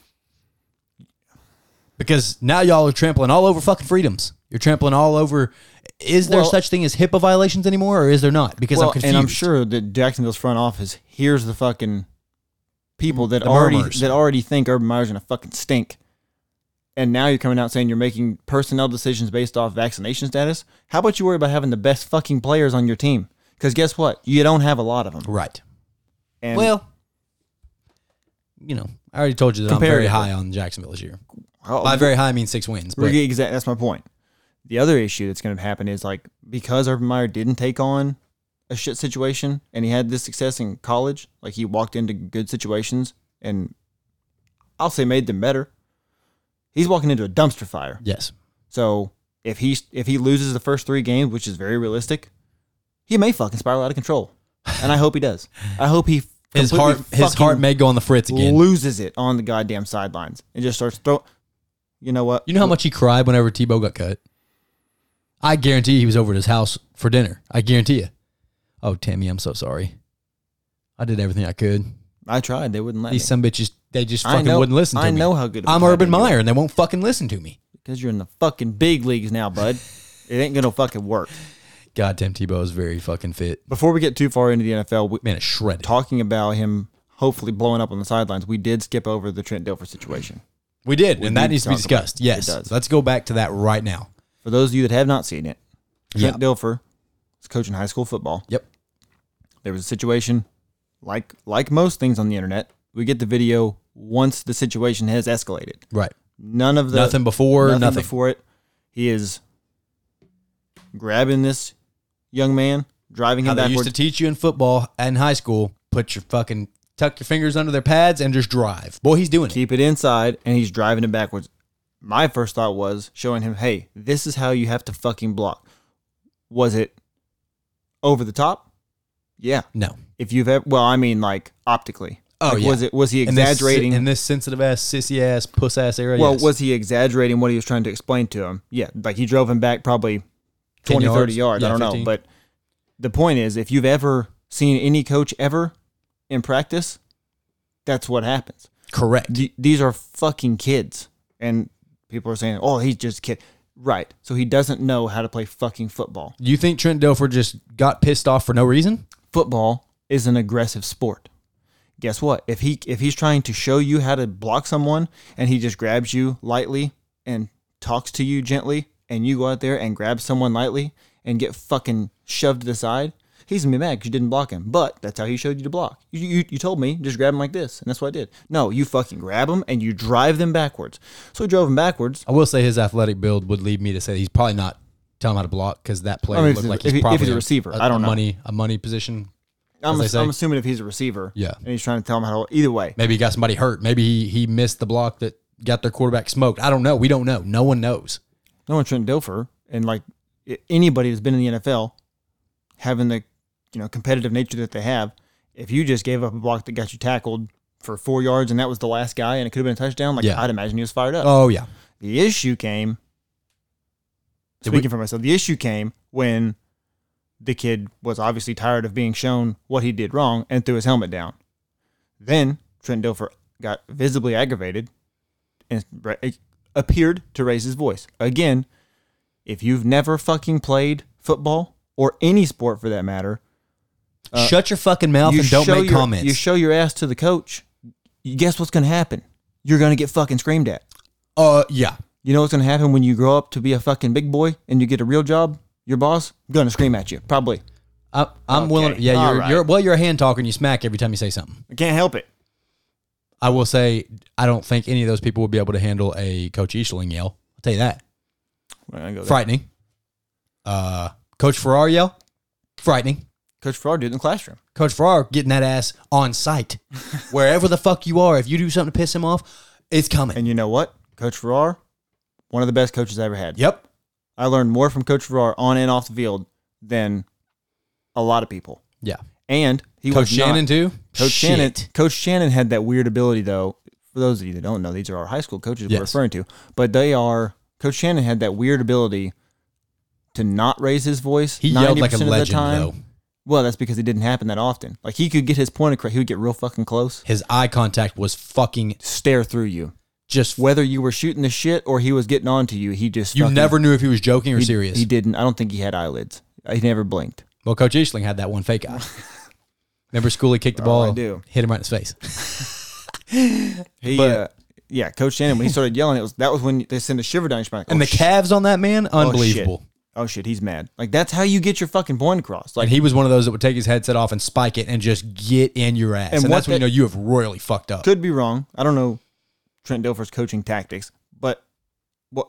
Because now y'all are trampling all over fucking freedoms. You're trampling all over. Is there Well- such thing as HIPAA violations anymore, or is there not? Because I'm well, confused. and I'm sure that Jacksonville's front office hears the fucking people that The already murmurs. that already think Urban Meyer's gonna fucking stink. And now you're coming out saying you're making personnel decisions based off vaccination status. How about you worry about having the best fucking players on your team? Because guess what? You don't have a lot of them. right. And well, you know, I already told you that I'm very Comparatively. high on Jacksonville this year. how- By very high, I mean six wins. But Exactly. That's my point. The other issue that's going to happen is like because Urban Meyer didn't take on a shit situation and he had this success in college, like he walked into good situations and I'll say made them better. He's walking into a dumpster fire. yes, So if he if he loses the first three games, which is very realistic, he may fucking spiral out of control. And I hope he does. I hope he his completely heart, his heart fucking may go on the fritz again. loses it on the goddamn sidelines and just starts throw. You know what? You know how much he cried whenever Tebow got cut. I guarantee he was over at his house for dinner. I guarantee you. Oh, Tammy, I'm so sorry. I did everything I could. I tried. They wouldn't let me. These some bitches, they just I fucking know- wouldn't listen to I me. know how good of a I'm guy Urban you are. Meyer, and they won't fucking listen to me. because you're in the fucking big leagues now, bud. it ain't gonna fucking work. Goddamn, Tebow is very fucking fit. Before we get too far into the NFL, we, Man, it's shredded. talking about him hopefully blowing up on the sidelines, we did skip over the Trent Dilfer situation. We did, We and that did needs to be talk about it. discussed. It Yes. does. Let's go back to that right now. For those of you that have not seen it, Yeah. Clint Dilfer is coaching high school football. Yep. There was a situation, like like most things on the internet, we get the video once the situation has escalated. Right. None of the nothing before, nothing. before it. He is grabbing this young man, driving How him they used backwards. to teach you in football in high school, put your fucking tuck your fingers under their pads and just drive. Boy, he's doing it. keep it inside, and he's driving it backwards. My first thought was showing him, hey, this is how you have to fucking block. Was it over the top? Yeah. No. If you've ever, well, I mean, like optically. Oh, Like, yeah. Was it was he In this- exaggerating? in this sensitive ass, sissy ass, puss ass area. well, yes. was he exaggerating what he was trying to explain to him? Yeah, like he drove him back probably 10 20, 30 yards. yards. Yeah, I don't 15. know, but the point is, if you've ever seen any coach ever in practice, that's what happens. correct? Th- these are fucking kids. And people are saying, oh, he's just a kid. Right. So he doesn't know how to play fucking football. Do you think Trent Dilfer just got pissed off for no reason? Football is an aggressive sport. Guess what? If he if he's trying to show you how to block someone and he just grabs you lightly and talks to you gently and you go out there and grab someone lightly and get fucking shoved to the side, he's gonna be mad because you didn't block him. But that's how he showed you to block. You, you you told me just grab him like this, and that's what I did. No, you fucking grab him and you drive them backwards. So he drove him backwards. I will say his athletic build would lead me to say he's probably not telling him how to block because that player I mean, if looked he's- like if he's he- if probably he's a in receiver, A, I don't a know. money a money position. I'm, they say. I'm assuming if he's a receiver, Yeah. and he's trying to tell him how to. Either way, Maybe he got somebody hurt. Maybe he he missed the block that got their quarterback smoked. I don't know. We don't know. No one knows. no one Trent Dilfer and like i- anybody that's been in the NFL, having the you know competitive nature that they have, if you just gave up a block that got you tackled for four yards and that was the last guy and it could have been a touchdown, like Yeah. I'd imagine he was fired up. Oh yeah. The issue came. Did we- Speaking for myself, the issue came when the kid was obviously tired of being shown what he did wrong and threw his helmet down. Then Trent Dilfer got visibly aggravated and ra- appeared to raise his voice. Again, if you've never fucking played football or any sport for that matter, Uh, Shut your fucking mouth and don't show make your- comments. You show your ass to the coach, you guess what's going to happen? You're going to get fucking screamed at. uh yeah. You know what's gonna happen when you grow up to be a fucking big boy and you get a real job? Your boss gonna scream at you, probably. I, I'm Okay. willing. Yeah, All you're, right. you're well. You're a hand talker and you smack every time you say something. I can't help it. I will say I don't think any of those people would be able to handle a Coach Easterling yell. I'll tell you that. Frightening. Uh, Coach Farrar yell. Frightening. Coach Fraud did in the classroom. Coach Farrar getting that ass [LAUGHS] on site, wherever the fuck you are. If you do something to piss him off, it's coming. And you know what? Coach Farrar, one of the best coaches I ever had. yep. I learned more from Coach Farrar on and off the field than a lot of people. Yeah. And he Coach was not- Shannon too. Coach Shit. Shannon. Coach Shannon had that weird ability, though. For those of you that don't know, these are our high school coaches Yes. we're referring to, but they are. Coach Shannon had that weird ability to not raise his voice. He yelled like a 90% of the legend time. though. Well, that's because it didn't happen that often. Like he could get his point across, he would get real fucking close, His eye contact was fucking stare through you. just. Whether you were shooting the shit or he was getting on to you, he just You fucking- never knew if he was joking or he, serious. He didn't. I don't think he had eyelids. He never blinked. Well, Coach Eastling had that one [LAUGHS] fake eye. Remember, school he kicked the ball, Oh, I do. hit him right in his face. He, uh, yeah, Coach Shannon when he started yelling, it was that was when they sent a shiver down your spine. Like, And oh, the calves on that man, unbelievable. Oh shit, he's mad. Like that's how you get your fucking point across. Like and he was one of those that would take his headset off and spike it and just get in your ass. And, what that's when you that- know you have royally fucked up. could be wrong. I don't know Trent Dilfer's coaching tactics, but what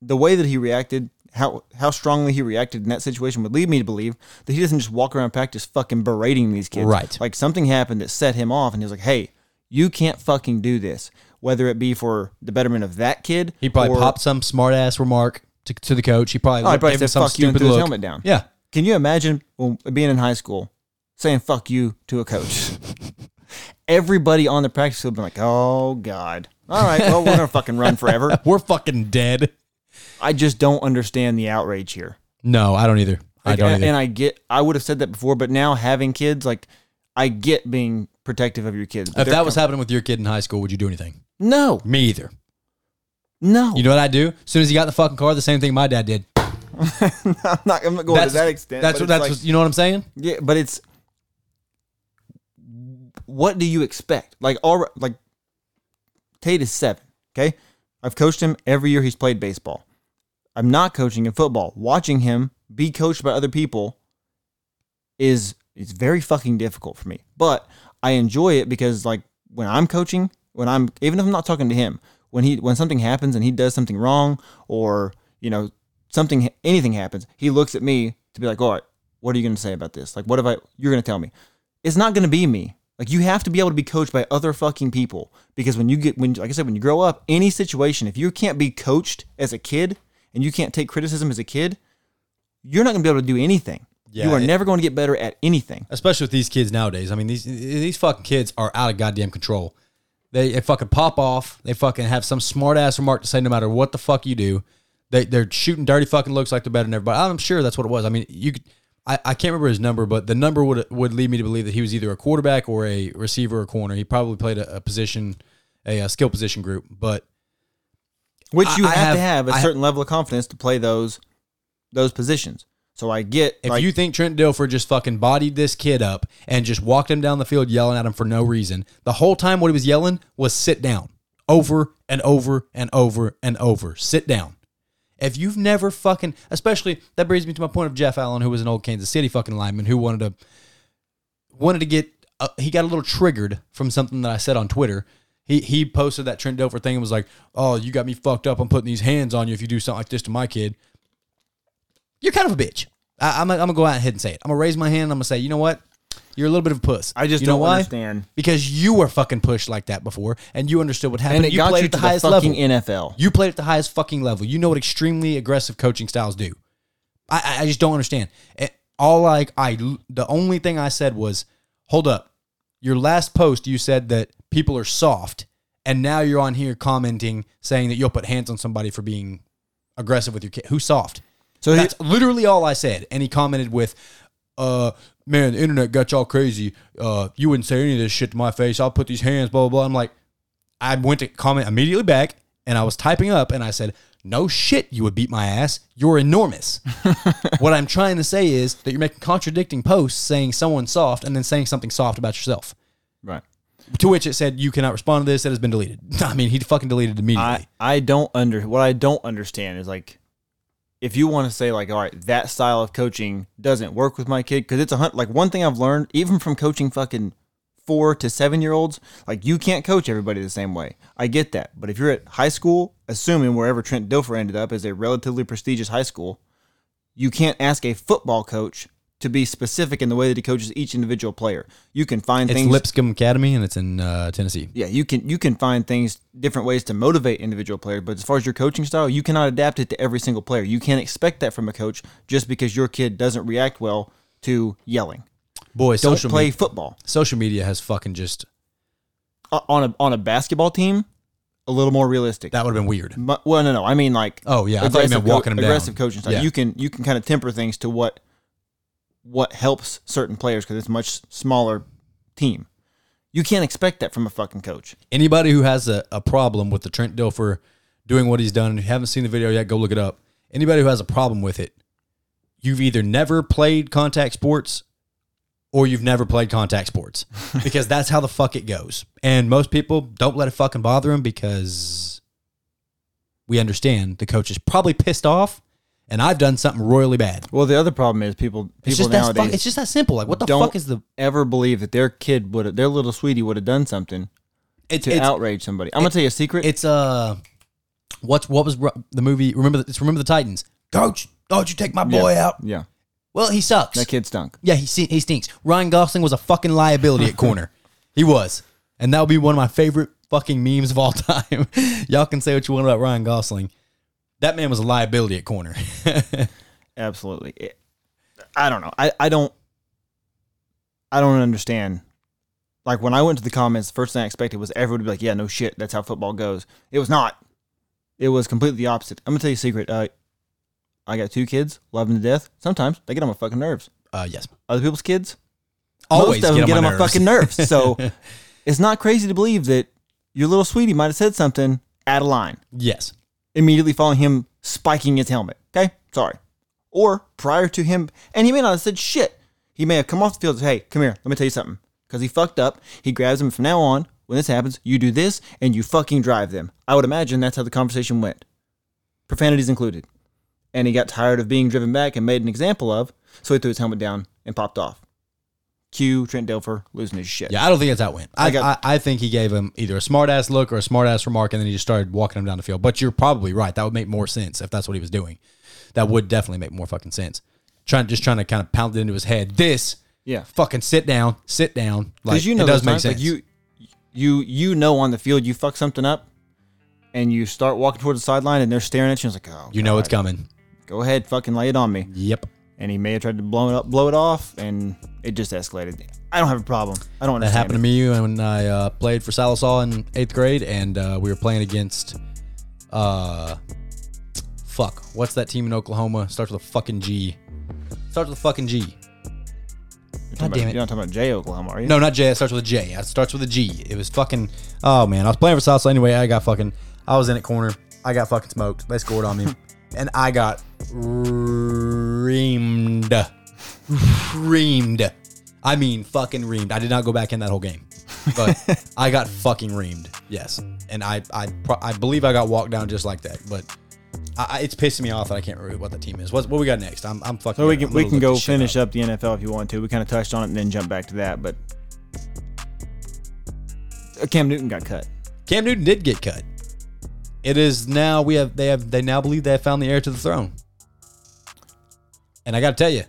the way that he reacted, how how strongly he reacted in that situation would lead me to believe that he doesn't just walk around practice fucking berating these kids. Right. Like something happened that set him off and he was like, Hey, you can't fucking do this. Whether it be for the betterment of that kid. He probably or- popped some smart ass remark to, to the coach. He probably, Oh, he looked- probably gave him said some fuck you and stupid threw his look. helmet down. Yeah. Can you imagine well, being in high school saying fuck you to a [LAUGHS] coach? Everybody on the practice field been like, oh, God. All right, well, we're going to fucking run forever. We're fucking dead. I just don't understand the outrage here. No, I don't either. I Like, don't and, either. and I get, I would have said that before, but now having kids, like, I get being protective of your kids. if that was happening with your kid in high school, would you do anything? no, Me either. no, You know what I do? As soon as he got in the fucking car, the same thing my dad did. [LAUGHS] I'm not, I'm not going That's to that extent. That's but what. That's it's what, you know what I'm saying? like, yeah, but it's what do you expect? Like, all right, like Tate is seven. Okay, I've coached him every year he's played baseball. I'm not coaching in football. Watching him be coached by other people is it's very fucking difficult for me. But I enjoy it because like when I'm coaching, when I'm even if I'm not talking to him, when he when something happens and he does something wrong or, you know, something anything happens, he looks at me to be like, "All right, what are you going to say about this? Like what have I you're going to tell me?" It's not going to be me. Like you have to be able to be coached by other fucking people because when you get when like I said when you grow up, any situation if you can't be coached as a kid and you can't take criticism as a kid, you're not going to be able to do anything. Yeah, you are it- never going to get better at anything. especially with these kids nowadays. I mean, these these fucking kids are out of goddamn control. They, they fucking pop off. They fucking have some smart ass remark to say no matter what the fuck you do. They they're shooting dirty fucking looks like they're better than everybody. I'm sure that's what it was. I mean, you could, I, I can't remember his number, but the number would would lead me to believe that he was either a quarterback or a receiver or corner. He probably played a, a position, a, uh skill position group. But Which I- you I have, to have- have a I- certain level of confidence to play those those positions. So I get if like, you think Trent Dilfer just fucking bodied this kid up and just walked him down the field yelling at him for no reason, the whole time what he was yelling was sit down over and over and over and over. Sit down. If you've never fucking, especially that brings me to my point of Jeff Allen, who was an old Kansas City fucking lineman who wanted to wanted to get uh, he got a little triggered from something that I said on Twitter. He he posted that Trent Dilfer thing and was like, "Oh, you got me fucked up. I'm putting these hands on you if you do something like this to my kid." You're kind of a bitch. I, I'm, gonna- I'm gonna go out ahead and say it. I'm gonna raise my hand. I'm gonna say, you know what? You're a little bit of a puss. I just you don't know why? understand. because you were fucking pushed like that before, and you understood what happened. and it you got played you at to the the, highest fucking level. NFL. You played at the highest fucking level. You know what extremely aggressive coaching styles do. I- I, I just don't understand. It- all like I the only thing I said was, hold up. Your last post you said that people are soft, and now you're on here commenting saying that you'll put hands on somebody for being aggressive with your kid. Who's soft? so he, That's literally all I said. And he commented with, uh, man, the internet got y'all crazy. Uh, you wouldn't say any of this shit to my face. I'll put these hands, blah, blah, blah. I'm like, I went to comment immediately back and I was typing up and I said, no shit, you would beat my ass. You're [LAUGHS] enormous. what I'm trying to say is that you're making contradicting posts saying someone's soft and then saying something soft about yourself. right. To which it said, you cannot respond to this. It has been deleted. [LAUGHS] I mean, he fucking deleted it immediately. I I don't under what I don't understand is like if you want to say like all right that style of coaching doesn't work with my kid because it's a hunt like one thing I've learned even from coaching fucking four to seven year olds like you can't coach everybody the same way I get that but if you're at high school assuming wherever Trent Dilfer ended up is a relatively prestigious high school you can't ask a football coach to be specific in the way that he coaches each individual player you can find it's things Lipscomb Academy and it's in uh, Tennessee. yeah, you can you can find things different ways to motivate individual players, but as far as your coaching style, you cannot adapt it to every single player. You can't expect that from a coach just because your kid doesn't react well to yelling. Boy, Don't social play media. football social media has fucking just Uh, on a on a basketball team. A little more realistic. that would have been weird. Mu- well, no, no, I mean like Oh, yeah, I thought you meant walking them down. aggressive coaching style. Yeah. You can you can kind of temper things to what what helps certain players because it's a much smaller team. You can't expect that from a fucking coach. Anybody who has a, a problem with the Trent Dilfer doing what he's done, and you haven't seen the video yet, go look it up. Anybody who has a problem with it, you've either never played contact sports or you've never played [LAUGHS] contact sports because that's how the fuck it goes. And most people don't let it fucking bother them because we understand the coach is probably pissed off and I've done something royally bad. Well, the other problem is people people It's just, that nowadays. fuck, it's just that simple. Like, what the don't fuck is the. ever believe that their kid would their little sweetie would have done something It's, to it's, outrage somebody. I'm gonna tell you a secret. It's uh, what's what was ru- the movie? Remember, the, it's remember the Titans. Coach, don't you take my boy out? yeah, Well, he sucks. that kid stunk. Yeah, he se- he stinks. Ryan Gosling was a fucking liability at corner. he was, and that would be one of my favorite fucking memes of all time. [LAUGHS] Y'all can say what you want about Ryan Gosling. That man was a liability at corner. [LAUGHS] Absolutely. It- I don't know. I, I don't. I don't understand. Like when I went to the comments, the first thing I expected was everyone to be like, "Yeah, no shit, that's how football goes." It was not. It was completely the opposite. I'm gonna tell you a secret. Uh, I got two kids, love them to death. Sometimes they get on my fucking nerves. uh, yes, Other people's kids, always most of them get on my, nerves. fucking nerves. So [LAUGHS] it's not crazy to believe that your little sweetie might have said something out of line Yes, immediately following him spiking his helmet. Okay, sorry. Or prior to him, and he may not have said shit. He may have come off the field and said, "Hey, come here, let me tell you something," because he fucked up. He grabs him from now on. when this happens, you do this and you fucking drive them. I would imagine that's how the conversation went, profanities included. And he got tired of being driven back and made an example of, so he threw his helmet down and popped off. Q Trent Dilfer losing his shit. Yeah, I don't think that's how it went. I, I got- I, I think he gave him either a smart ass look or a smart ass remark, and then he just started walking him down the field. But you're probably right. That would make more sense if that's what he was doing. That would definitely make more fucking sense. Trying just trying to kind of pound it into his head. This yeah. fucking sit down, sit down. Like Because you know, it does those make times, sense. Like you, you, you know, on the field, you fuck something up, and you start walking towards the sideline, and they're staring at you. And it's like, oh, you know God, it's coming. Go ahead, fucking lay it on me. Yep. And he may have tried to blow it up, blow it off, and it just escalated. I don't have a problem. I don't That understand. happened to me when I uh, played for Salisaw in eighth grade, and uh, we were playing against, uh, fuck, what's that team in Oklahoma? Starts with a fucking G. Starts with a fucking G. You're God talking damn about, it. You're not talking about Jay Oklahoma, are you? No, not J. It starts with a J. It starts with a G. It was fucking. Oh man, I was playing for Southside anyway. I got fucking. I was in it corner. I got fucking smoked. They [LAUGHS] scored on me, and I got reamed, reamed. I mean, fucking reamed. I did not go back in that whole game, [LAUGHS] but I got fucking reamed. Yes, and I, I, pro- I believe I got walked down just like that. But I, I, it's pissing me off that I can't remember what the team is. What, what we got next? I'm, I'm fucking. So we gonna- can I'm we gonna can look go this shit finish up. the NFL if you want to. We kind of touched on it and then jump back to that, but Uh, Cam Newton got cut. Cam Newton did get cut. It is now we have they have they now believe they have found the heir to the throne. And I got to tell you,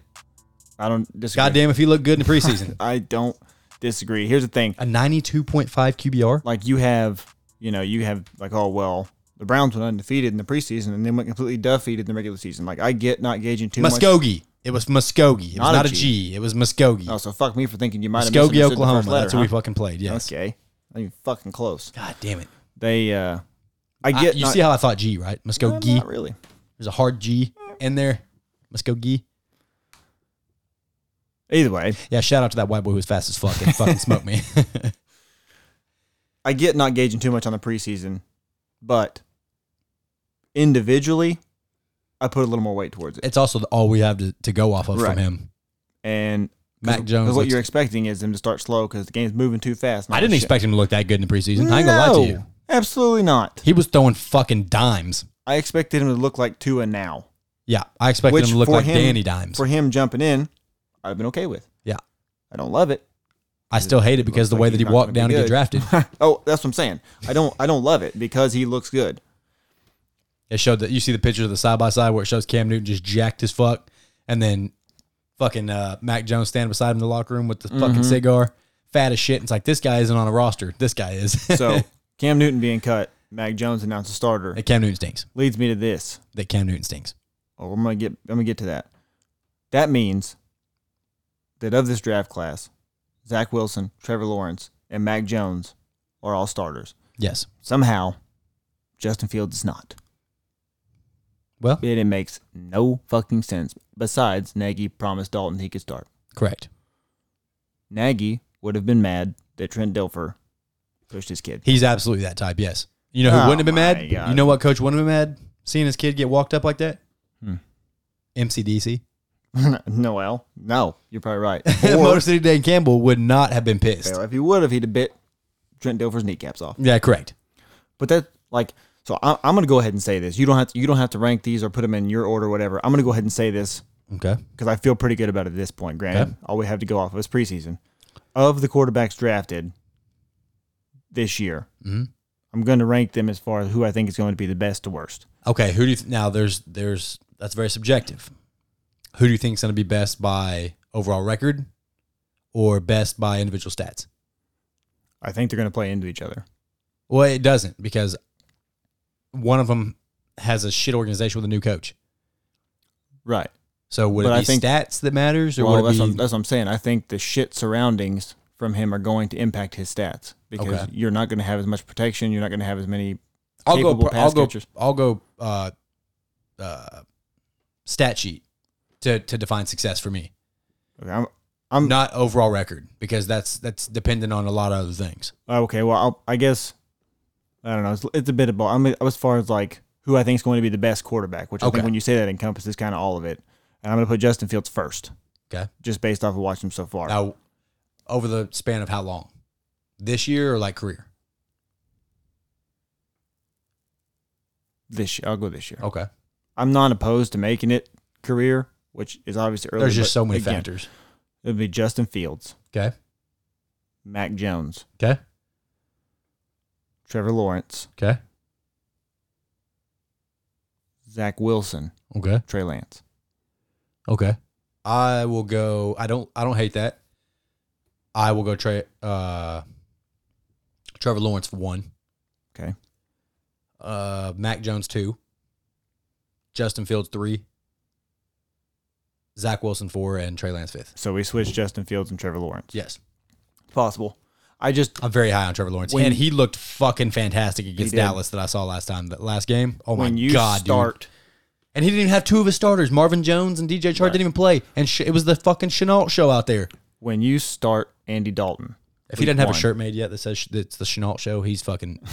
I don't disagree. goddamn, if he looked good in [LAUGHS] the preseason, I don't disagree. Here's the thing: a ninety-two point five QBR. like you have, you know, you have like, oh well, the Browns went undefeated in the preseason and then went completely defeated in the regular season. Like I get not gauging too much. Muskogee. It was Muskogee. It was Not not, a a G. It was Muskogee. Oh, so fuck me for thinking you might have Muskogee, misunderstood the Oklahoma. first letter, That's who we huh? fucking played. Yes. Okay, not even fucking close. God damn it. They, uh I I- get. you not, see how I thought G, right? No, Muskogee. not really. There's a hard G in there. Muskogee. Either way, Yeah, shout out to that white boy who was fast as fuck and fucking [LAUGHS] smoked me. I get not gauging too much on the preseason, but individually, I put a little more weight towards it. it's also the, all we have to, to go off of Right. from him. And Mac Jones because what looks- you're expecting is him to start slow because the game's moving too fast. and all I didn't that Oh, shit. expect him to look that good in the preseason. I ain't gonna lie to you. No, Absolutely not. He was throwing fucking dimes. I expected him to look like Tua now. Yeah, I expected Which him to look for like him- Danny Dimes. For him jumping in, I've been okay with. Yeah. I don't love it. [LAUGHS] I still hate it because the like way he's that he not walked gonna down be to get good. drafted, oh, that's what I'm saying. I don't I don't love it because he looks good. it showed that you see the pictures of the side by side where it shows Cam Newton just jacked as fuck, and then fucking uh, Mac Jones standing beside him in the locker room with the Mm-hmm. fucking cigar, fat as shit. And it's like this guy isn't on a roster. This guy is. [LAUGHS] So Cam Newton being cut, Mac Jones announced a starter, that Cam Newton stinks. leads me to this. That Cam Newton stinks. Oh, I'm gonna get I'm gonna get to that. That means that of this draft class, Zach Wilson, Trevor Lawrence, and Mac Jones are all starters. Yes. Somehow, Justin Fields is not. Well, It, it makes no fucking sense. Besides, Nagy promised Dalton he could start. correct. Nagy would have been mad that Trent Dilfer pushed his [LAUGHS] kid. He's absolutely that type. Yes. You know who Oh wouldn't have been my mad? God. You know what coach wouldn't have been mad seeing his kid get walked up like that? Hmm. [LAUGHS] MCDC. Noel, no, you're probably right. Motor Or, City Dan Campbell would not have been pissed. if he would have, he'd have bit Trent Dilfer's kneecaps off. Yeah, correct. But that like so I, I'm gonna go ahead and say this. You don't have to you don't have to rank these or put them in your order, or whatever. I'm gonna go ahead and say this Okay. because I feel pretty good about it at this point. Granted, Okay. all we have to go off of is preseason. Of the quarterbacks drafted this year, Mhm. I'm gonna rank them as far as who I think is going to be the best to worst. Okay. Who do you th- now? There's there's that's very subjective. Who do you think is going to be best by overall record, or best by individual stats? I think they're gonna play into each other. Well, it doesn't because one of them has a shit organization with a new coach. Right. So would But it I be think- stats that matters, or Well, would that's, what it I'm, be? that's what I'm saying. I think the shit surroundings from him are going to impact his stats because Okay. you're not going to have as much protection. You're not going to have as many. I'll go. capable pro- I'll pass go. catchers. I'll go. Uh, uh, stat sheet to to define success for me. Okay, I'm, I'm not overall record because that's that's dependent on a lot of other things. Okay, well, I'll, I guess I don't know. It's, it's a bit of both. I'm as far as like who I think is going to be the best quarterback, which I Okay. think when you say that encompasses kind of all of it. And I'm going to put Justin Fields first, Okay. just based off of watching him so far. Now, over the span of how long? This year or like career? this year. I'll go this year. Okay. I'm not opposed to making it career, which is obviously early. There's just but so many again, factors. It would be Justin Fields, Okay. Mac Jones, Okay. Trevor Lawrence, Okay. Zach Wilson, Okay. Trey Lance. Okay. I will go. I don't. I don't hate that. I will go. Trey. Uh, Trevor Lawrence for one. Okay. Uh, Mac Jones two. Justin Fields three. Zach Wilson four and Trey Lance fifth. So we switched Justin Fields and Trevor Lawrence. Yes, Possible. I just I'm very high on Trevor Lawrence, When- and he looked fucking fantastic against He did. Dallas that I saw last time. That last game. Oh my when you god, dude. start And he didn't even have two of his starters. Marvin Jones and DJ Chark didn't even play, and sh- it was the fucking Chenault show out there. when you start Andy Dalton. If he doesn't have one. a shirt made yet that says sh- that it's the Chenault show, he's fucking [LAUGHS]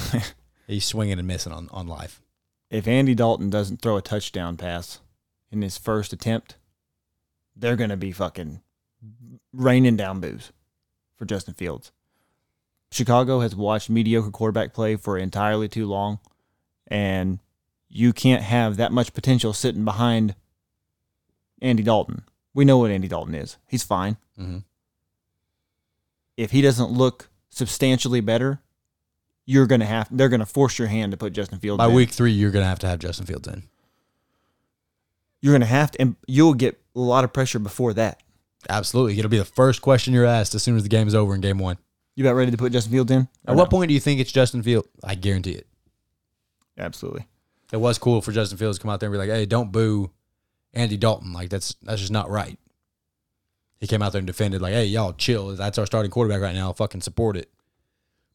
he's swinging and missing on on life. If Andy Dalton doesn't throw a touchdown pass in his first attempt, they're gonna be fucking raining down booze for Justin Fields. Chicago has watched mediocre quarterback play for entirely too long, and you can't have that much potential sitting behind Andy Dalton. We know what Andy Dalton is. He's fine. Mm-hmm. if he doesn't look substantially better, you're gonna have they're gonna force your hand to put Justin Fields. By in. week three, you're gonna have to have Justin Fields in. you're gonna have to, and you'll get a lot of pressure before that. Absolutely, it'll be the first question you're asked as soon as the game's over in game one. You about ready to put Justin Fields in? At what point do you think it's Justin Fields? I guarantee it. Absolutely. It was cool for Justin Fields to come out there and be like, "Hey, don't boo Andy Dalton. Like that's that's just not right." He came out there and defended like, "Hey, y'all chill. That's our starting quarterback right now. Fucking support it."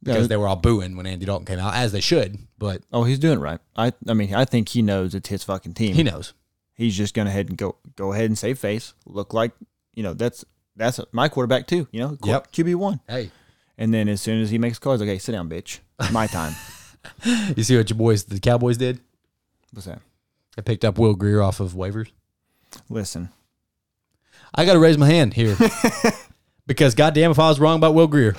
Because No, they were all booing when Andy Dalton came out, as they should. But oh, he's doing right. I I mean, I think he knows it's his fucking team. he knows. he's just gonna head and go go ahead and save face. Look like you know that's that's my quarterback too. You know, Yep. QB one. Hey, And then as soon as he makes calls, okay, sit down, [LAUGHS] bitch. My time. You see what your boys, the Cowboys, did? What's that? They picked up Will Greer off of waivers. Listen, I got to raise my hand [LAUGHS] here because, goddamn, if I was wrong about Will Greer,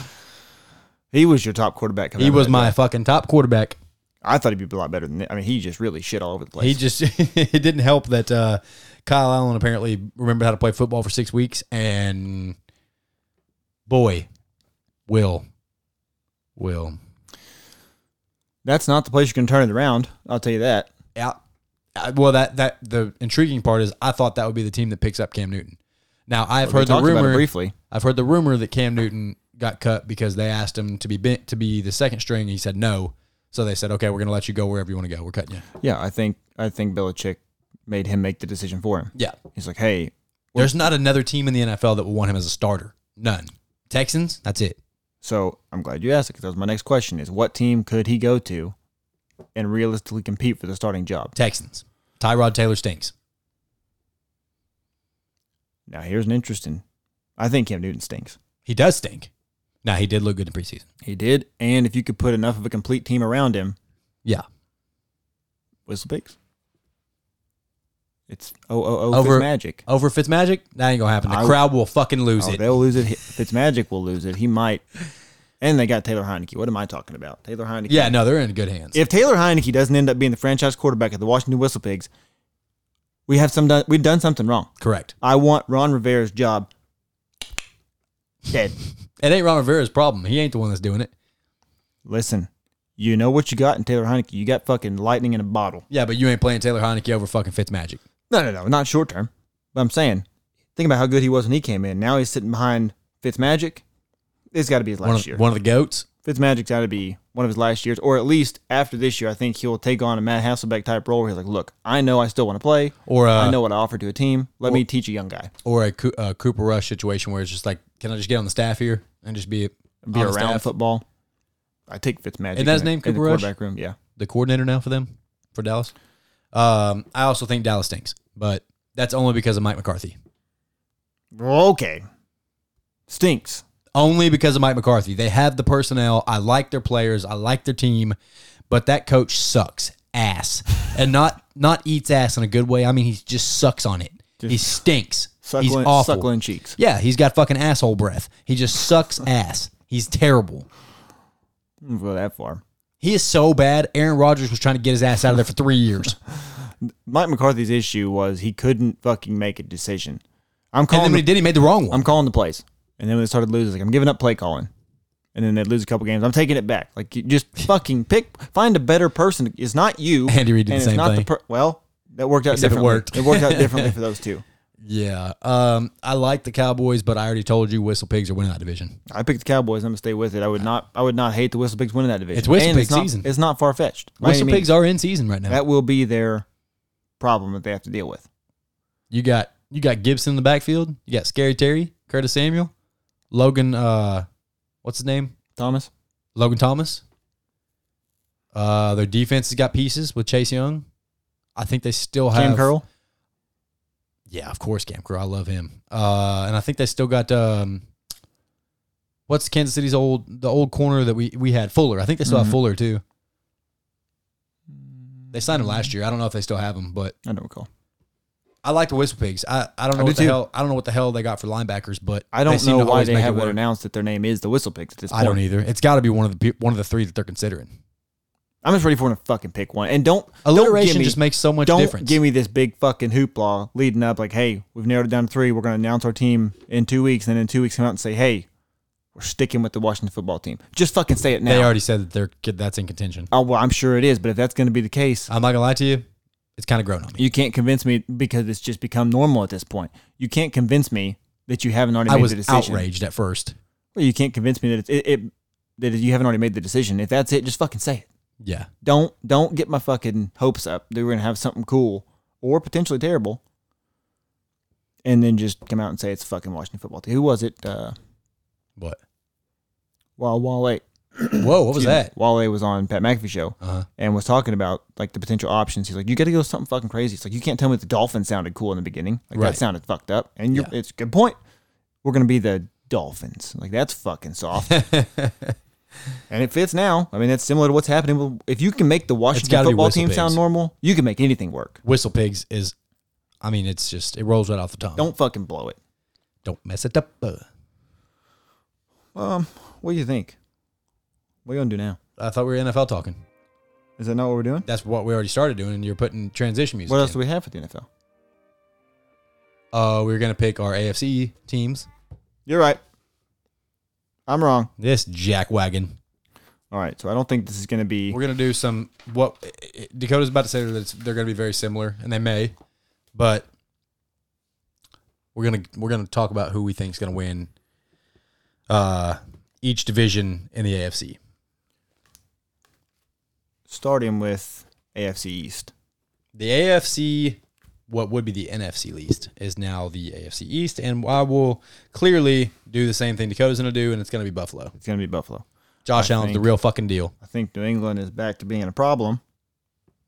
he was your top quarterback. coming he out of was that my draft. fucking top quarterback. I thought he'd be a lot better than that. I mean, he just really shit all over the place. He just [LAUGHS] it didn't help that uh, Kyle Allen apparently remembered how to play football for six weeks, and boy, Will, Will, That's not the place you can turn it around. I'll tell you that. yeah. I- Well, that that the intriguing part is I thought that would be the team that picks up Cam Newton. Now I've We heard the talked about it rumor. briefly. I've heard the rumor that Cam Newton got cut because they asked him to be bent, to be the second string. And he said no, so they said, "Okay, we're going to let you go wherever you want to go. We're cutting you." Yeah, I think I think Belichick made him make the decision for him. Yeah, He's like, hey, there's not another team in the NFL that will want him as a starter. None. Texans. That's it. so I'm glad you asked it because that was my next question: is what team could he go to and realistically compete for the starting job? Texans. Tyrod Taylor stinks. Now, here's an interesting. I think Cam Newton stinks. He does stink. Now he did look good in preseason. He did, and if you could put enough of a complete team around him, Yeah. whistle picks. It's oh oh oh Over- Over, magic. Over Fitzmagic, that ain't gonna happen. The I- crowd will fucking lose Oh, it. they'll lose it. Fitzmagic will lose it. He might. And they got Taylor Heineke. What am I talking about? Taylor Heineke. Yeah, no, they're in good hands. If Taylor Heineke doesn't end up being the franchise quarterback of the Washington Whistle Pigs, we have some done, we've done something wrong. Correct. I want Ron Rivera's job dead. It ain't Ron Rivera's problem. He ain't the one that's doing it. Listen, you know what you got in Taylor Heineke. You got fucking lightning in a bottle. Yeah, but you ain't playing Taylor Heineke over fucking Fitzmagic. No, no, no, not short term. But I'm saying, think about how good he was when he came in. Now he's sitting behind Fitzmagic. It's got to be his last One of, year. one of the goats. Fitzmagic's got to be one of his last years, or at least after this year, I think he'll take on a Matt Hasselbeck type role where he's like, "Look, I know I still want to play, Or uh, I know what I offer to a team. Let me teach a young guy, or a, Coo- a Cooper Rush situation where it's just like, can I just get on the staff here and just be be on around the staff? football." I take Fitzmagic. Isn't that his in the- name, in the Cooper Rush? quarterback room. Yeah, the coordinator now for them for Dallas. Um, I also think Dallas stinks, but that's only because of Mike McCarthy. okay. Stinks. Only because of Mike McCarthy. They have the personnel. I like their players. I like their team, but that coach sucks [LAUGHS] ass, and not not eats ass in a good way. I mean, he just sucks on it. he stinks. Suckling, he's awful. suckling cheeks. Yeah, he's got fucking asshole [LAUGHS] breath. He just sucks ass. He's terrible. Wouldn't Go that far. He is so bad. Aaron Rodgers was trying to get his ass out of there for three years. Mike McCarthy's issue was he couldn't fucking make a decision. I'm and then calling. when The, he did, he made the wrong one. I'm calling the plays, and then when they started losing, like I'm giving up play calling, and then they would lose a couple games. I'm taking it back. Like you [LAUGHS] just fucking pick, find a better person. It's not you. Andy Reid did and it's the same not thing. per- well, that worked out. Except it differently. worked. It worked [LAUGHS] out differently for those two. yeah. Um, I like the Cowboys, but I already told you Whistle Pigs are winning that division. I picked the Cowboys. I'm gonna stay with it. I would not. I would not hate the Whistle Pigs winning that division. It's Whistle And Pig not- season. It's not far fetched. Whistle Pigs are in season right now. That will be their problem that they have to deal with. You got you got Gibson in the backfield. You got Scary Terry, Curtis Samuel, Logan. Uh, what's his name? Thomas. Logan Thomas. Uh, their defense has got pieces with Chase Young. I think they still have Cam Curl. Yeah, of course, Cam Curl. I love him. Uh, and I think they still got um, what's Kansas City's old the old corner that we we had Fuller. I think they still Mhm. have Fuller too. They signed him last year. I don't know if they still have him, but I don't recall. I like the Whistle Pigs. I, I don't know I do what the too. hell I don't know what the hell they got for linebackers, but I don't seem know to why always they make it haven't work. announced that their name is the Whistle Pigs at this point. I don't either. It's got to be one of the pe- one of the three that they're considering. I'm just ready for them to fucking pick one. And don't don't give e- Alliteration me, just makes so much don't difference. give me this big fucking hoopla leading up. Like, hey, we've narrowed it down to three. We're going to announce our team in two weeks, and then in two weeks come out and say, hey, we're sticking with the Washington football team. Just fucking say it now. they already said that they're kid that's in contention. oh well, I'm sure it is. But if that's going to be the case, I'm not gonna lie to you, it's kind of grown on me. you can't convince me because it's just become normal at this point. You can't convince me that you haven't already I made was the decision. outraged at first. Well, you can't convince me that it, it, it that you haven't already made the decision. If that's it, just fucking say it. Yeah, Don't don't get my fucking hopes up that we're gonna have something cool or potentially terrible, and then just come out and say it's fucking Washington football team. Who was it? Uh, but well, Wale. whoa, what was that? Wale was on Pat McAfee show Uh-huh. and was talking about like the potential options. He's like, you got to go something fucking crazy. It's like you can't tell me the Dolphins sounded cool in the beginning. Like Right. that sounded fucked up. And you're, Yeah. it's a good point. We're gonna be the Dolphins. Like that's fucking [LAUGHS] soft. And it fits now. I mean, that's similar to what's happening. with- If you can make the Washington gotta be football whistle team pigs. sound normal, you can make anything work. Whistle Pigs is, I mean, it's just it rolls right off the tongue. Don't fucking blow it. don't mess it up. Uh, Um, what do you think? What are you gonna do now? I thought we were NFL talking. Is that not what we're doing? That's what we already started doing, and you're putting transition music. What else do in. we have for the NFL? Uh, we were gonna pick our AFC teams. You're right. I'm wrong. This jackwagon. All right, so I don't think this is gonna be. We're gonna do some what Dakota's about to say that it's, they're gonna be very similar, and they may, but we're gonna we're gonna talk about who we think's gonna win uh, each division in the AFC. starting with AFC East. The AFC, what would be the NFC least, is now the AFC East, and I will clearly do the same thing Dakota's gonna do, and it's gonna be Buffalo. It's gonna be Buffalo. Josh I Allen's the think- real fucking deal. I think New England is back to being a problem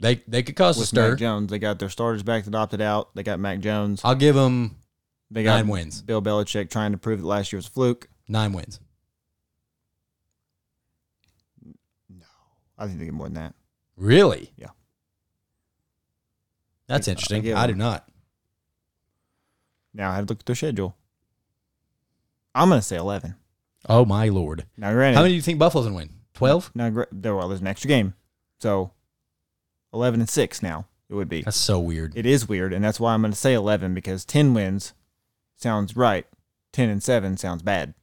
They they could cause a with stir. Mac Jones. They got their starters back that opted out. They got Mac Jones. I'll give them They got nine wins. Bill Belichick trying to prove that last year was a fluke. Nine wins. I think they get more than that. Really? Yeah. That's I- I interesting. give I, do them- not. Now I had to look at their schedule. I'm gonna say eleven. Oh my lord! Now granted, How many do you think Buffalo's gonna win? Twelve? now gra- there well, there's an extra game, so eleven and six. Now it would be. That's so weird. It is weird, and that's why I'm gonna say eleven because ten wins sounds right. Ten and seven sounds bad.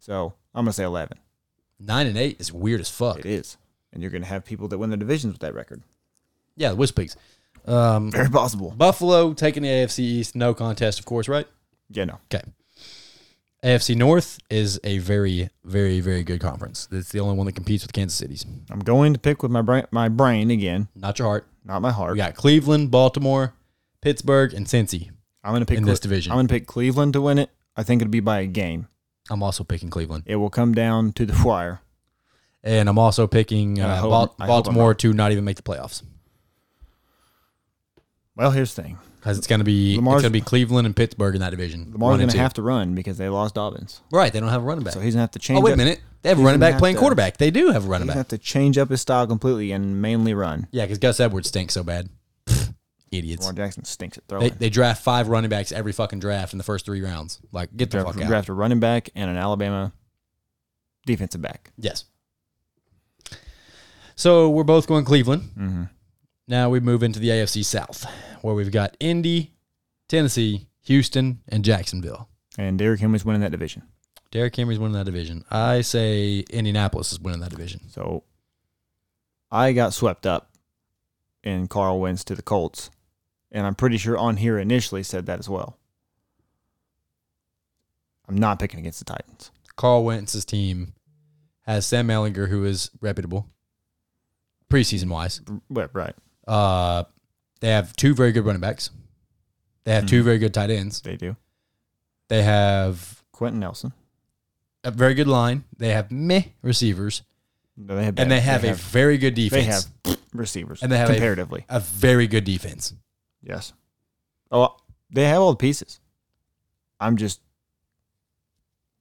So I'm gonna say eleven. Nine and eight is weird as fuck. It is, and you're gonna have people that win their divisions with that record. [CLEARS THROAT] Yeah, the Wispigs. Um, Very possible. Buffalo taking the AFC East, no contest, of course, right? Yeah, no. Okay. AFC North is a very, very, very good conference. It's the only one that competes with Kansas City's. I'm going to pick with my brain, my brain again, Not your heart. not my We heart. got Cleveland, Baltimore, Pittsburgh, and Cincy. I'm gonna pick in this Cle- division. I'm gonna pick Cleveland to win it. I think it'll be by a game. I'm also picking Cleveland, It will come down to the wire. and I'm also picking And I uh, hope- Bal- I hope I'm Baltimore to not even make the playoffs. Well, here's the thing: Because it's gonna be Lamar's- it's gonna be Cleveland and Pittsburgh in that division. Lamar's One going and to two. have to run because they lost Dobbins, right. They don't have a running back. so he's going to have to change. oh wait up, a minute, they have a he's running gonna back have playing to- quarterback. They do have a He's running going to back. have to change up his style completely and mainly run. Yeah, because Gus Edwards stinks [LAUGHS] so bad. Idiots. Lamar Jackson stinks at They, throwing. they draft five running backs every fucking draft in the first three rounds. Like get the draft, fuck out. draft a running back and an Alabama defensive back. Yes. So we're both going Cleveland. hmm Now we move into the AFC South, where we've got Indy, Tennessee, Houston, and Jacksonville. And Derrick Henry's winning that division. Derek Henry's winning that division. I say Indianapolis is winning that division. So I got swept up in Carl wins to the Colts. And I'm pretty sure on here initially said that as well. I'm not picking against the Titans. Carl Wentz's team has Sam Ellinger, who is reputable preseason wise. Right, right. Uh, they have two very good running backs. They have two very good tight ends. They do. They have Quentin Nelson. a very good line. They have meh receivers, No, they have and they have a very good they defense. have receivers And they have a- comparatively. a very good defense. yes. Oh, they have all the pieces. I'm just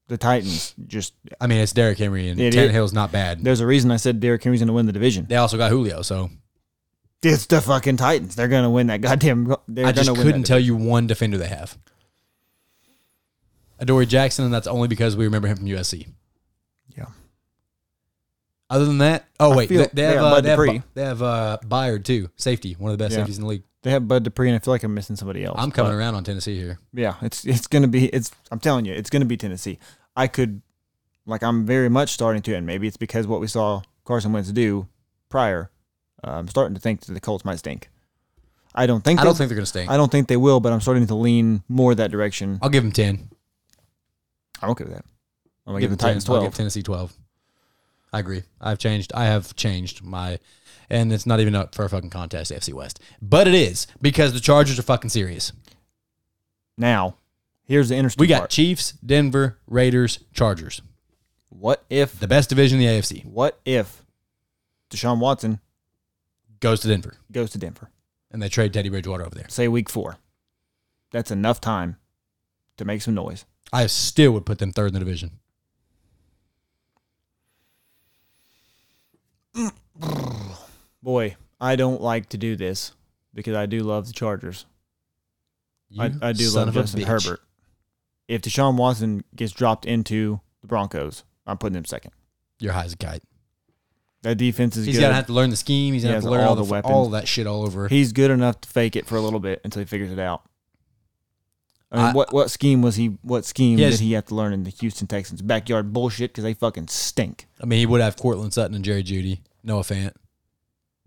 the Titans. Just I mean, it's Derrick Henry and It is- Tannehill's not bad. there's a reason I said Derrick Henry's going to win the division. They also got Julio, so It's the fucking Titans. They're going to win that goddamn. They're I just gonna win couldn't that tell you one defender they have. Adoree Jackson, and that's only because we remember him from USC. Yeah. Other than that, oh wait, feel- they, they have yeah, uh, Bud they have, Dupree. Bu- they have uh, Byard too, safety, one of the best Yeah. safeties in the league. They have Bud Dupree, and I feel like I'm missing somebody else. I'm coming but- around on Tennessee here. Yeah, it's it's gonna be it's. I'm telling you, it's gonna be Tennessee. I could, like, I'm very much starting to, and maybe it's because what we saw Carson Wentz do prior. Uh, I'm starting to think that the Colts might stink. I don't think. I don't they- think they're going to stay. I don't think they will, but I'm starting to lean more that direction. I'll give them ten. I'm okay with that. I'm gonna give give the Titans 12. I'll give 12. Tennessee 12. I agree. I've changed. I have changed my, and it's not even up for a fucking contest, AFC West. But it is because the Chargers are fucking serious. Now, here's the interesting We got part. Chiefs, Denver, Raiders, Chargers. What if? The best division in the AFC What if Deshaun Watson goes to Denver, goes to Denver? and they trade Teddy Bridgewater over there. Say week four. That's enough time to make some [SIGHS] noise. I still would put them third in the division. Boy, I don't like to do this because I do love the Chargers. I, You I do son love of a Justin bitch. Herbert. If Deshaun Watson gets dropped into the Broncos, I'm putting him second. You're high as a kite. That defense is He's good. gonna have to learn the scheme. He's He gonna have has to learn all all, the, the weapons. all that shit all over. He's good enough to fake it for a little bit until he figures it out. I mean, I- what what scheme was he? What scheme He has- did he have to learn in the Houston Texans backyard bullshit? Because they fucking stink. I mean, he would have Cortland Sutton and Jerry Judy, Noah Fant,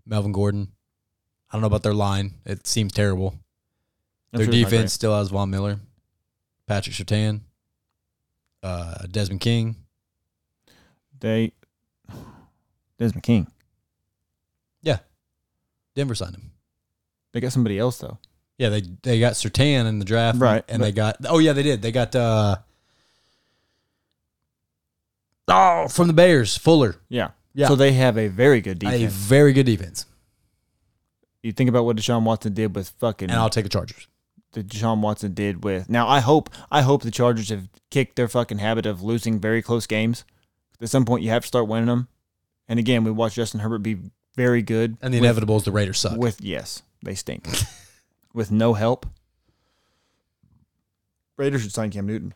Melvin Gordon. I don't know about their line. It seems terrible. I'm Their sure it's not great. defense still has Von Miller, Patrick Sertan, uh, Desmond King. They [SIGHS] Desmond King. Denver signed him. They got somebody else though. Yeah, they they got Sertan in the draft, Right, And they got oh yeah, they did. They got uh, oh from the Bears, Fuller, Yeah. Yeah. So they have a very good a defense. very good defense. you think about what Deshaun Watson did with fucking And I'll take the Chargers. that Deshaun Watson did with. Now I hope I hope the Chargers have kicked their fucking habit of losing very close games. At some point, you have to start winning them. And again, we watched Justin Herbert be very good. And the with, inevitable is the Raiders suck. with yes, they stink. [LAUGHS] with no help, Raiders should sign Cam Newton.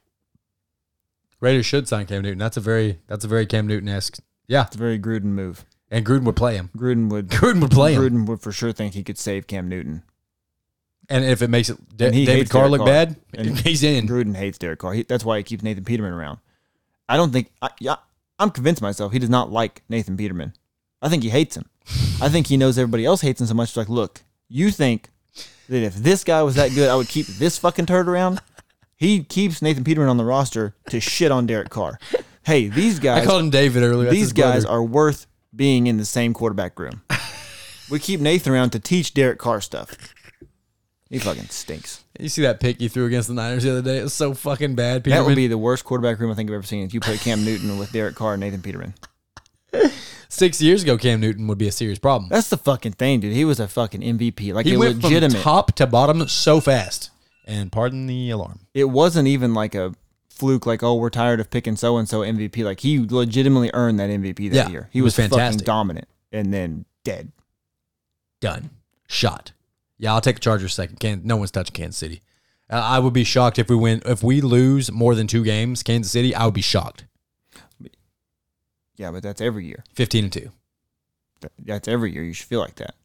Raiders should sign Cam Newton. That's a very that's a very Cam Newton esque. Yeah, It's a very Gruden move. and Gruden would play him. [LAUGHS] Gruden would Gruden would play him. Gruden would for sure think he could save Cam Newton. And if it makes it Da- And he David hates Carr Derek look Carr. bad, And- [LAUGHS] he's in. Gruden hates Derek Carr. He, that's why he keeps Nathan Peterman around. I don't think. I, yeah, I'm convinced myself he does not like Nathan Peterman. I think he hates him. I think he knows everybody else hates him so much. It's like, look, you think that if this guy was that good, I would keep this fucking turd around. He keeps Nathan Peterman on the roster to shit on Derek Carr. Hey, these guys, I called him David earlier. That's his these guys brother. are worth being in the same quarterback room. we keep Nathan around to teach Derek Carr stuff. He fucking stinks. You see that pick you threw against the Niners the other day? It was so fucking That bad. Peterman, would be the worst quarterback room I think I've ever seen. If you play Cam Newton with Derek Carr and Nathan Peterman, six years ago, Cam Newton would be a serious problem. that's the fucking thing, dude. He was a fucking MVP, like He a went legitimate. from top to bottom so fast. And pardon the alarm. it wasn't even like a fluke, like oh, we're tired of picking so and so MVP. Like he legitimately earned that MVP that Yeah, year. he He was was, fucking fantastic. dominant, and then dead. Done. Shot. Yeah, I'll take the Chargers second. Can no one's touching Kansas City. Uh, I would be shocked if we win. If we lose more than two games, Kansas City, I would be shocked. Yeah, but that's every year. Fifteen and two. That- That's every year. You should feel like that.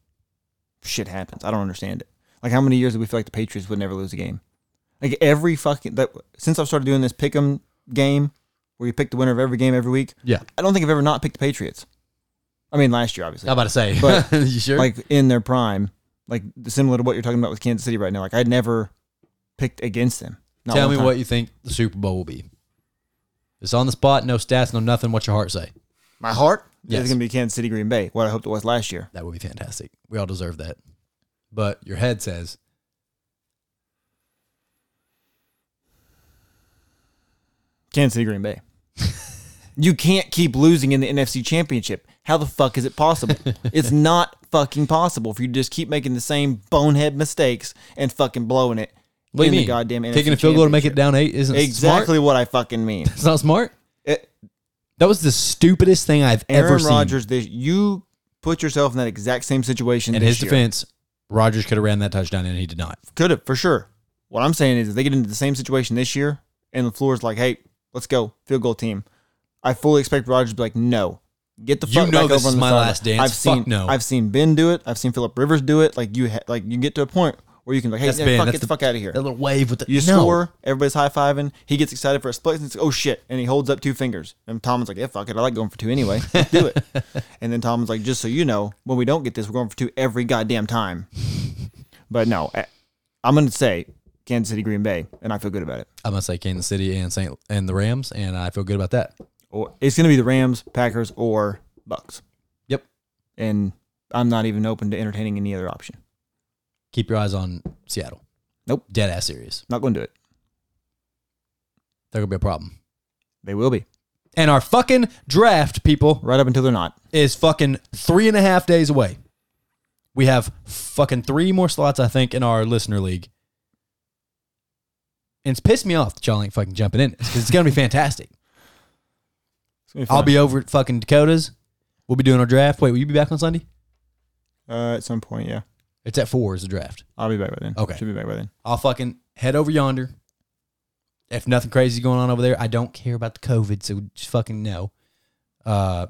Shit happens. I don't understand it. Like how many years did we feel like the Patriots would never lose a game? Like every fucking that since I've started doing this pick 'em game where you pick the winner of every game every week. Yeah. I don't think I've ever not picked the Patriots. I mean, last year obviously I'm about to say. But, [LAUGHS] you sure? like in their prime, like similar to what you're talking about with Kansas City right now. Like I never picked against them. Not Tell one me time. what you think the Super Bowl will be. It's on the spot, no stats, no nothing. What's your heart say? my heart Yes. is going to be Kansas City Green Bay. What I hoped it was last year. That would be fantastic. We all deserve that. But your head says Kansas City Green Bay. [LAUGHS] you can't keep losing in the NFC Championship. How the fuck is it [LAUGHS] possible? it's not fucking possible if you just keep making the same bonehead mistakes and fucking blowing it What do in you the mean? goddamn NFC taking a field goal to make it Championship. down eight isn't Exactly smart. what I fucking mean. It's not smart. It- That was the stupidest thing I've ever Aaron seen. Rodgers, this you put yourself in that exact same situation. In this his year. defense, Rodgers could have ran that touchdown and he did not. Could have, for sure. What I'm saying is, if they get into the same situation this year and the floor is like, hey, let's go, field goal team, I fully expect Rodgers to be like, no, get the You fuck know back this over on is the my sideline." last dance. I've Fuck seen, no. I've seen Ben do it. I've seen Philip Rivers do it. Like you, ha- like you get to a point where you can be like, hey, That's yeah, Ben. fuck, That's get the, the- fuck out of here. That little wave with the You no. score, everybody's high fiving. He gets excited for a split, and it's oh shit, and he holds up two fingers. And Tomlin's like, yeah, fuck it, I like going for two anyway. Let's do it. [LAUGHS] and then Tomlin's like, just so you know, when we don't get this, we're going for two every goddamn [LAUGHS] time. but no, I, I'm gonna say Kansas City, Green Bay, and I feel good about it. I'm gonna say Kansas City and Saint and the Rams, and I feel good about that. Or it's gonna be the Rams, Packers, or Bucks, Yep. and I'm not even open to entertaining any other option. Keep your eyes on Seattle. Nope. Dead ass serious. Not going to do it. They're gonna be a problem. They will be And our fucking draft, people, right up until they're not. is fucking three and a half days away. We have fucking three more slots, I think, in our listener league. And it's pissed me off that y'all ain't fucking jumping in because it's gonna be fantastic. It's gonna I'll fun. be over at fucking Dakotas. We'll be doing our draft. Wait, will you be back on Sunday? uh, at some point. Yeah, It's at four is the draft. I'll be back by then. Okay. should be back by then. I'll fucking head over yonder. If nothing crazy going on over there, I don't care about the COVID, so just fucking no. Uh,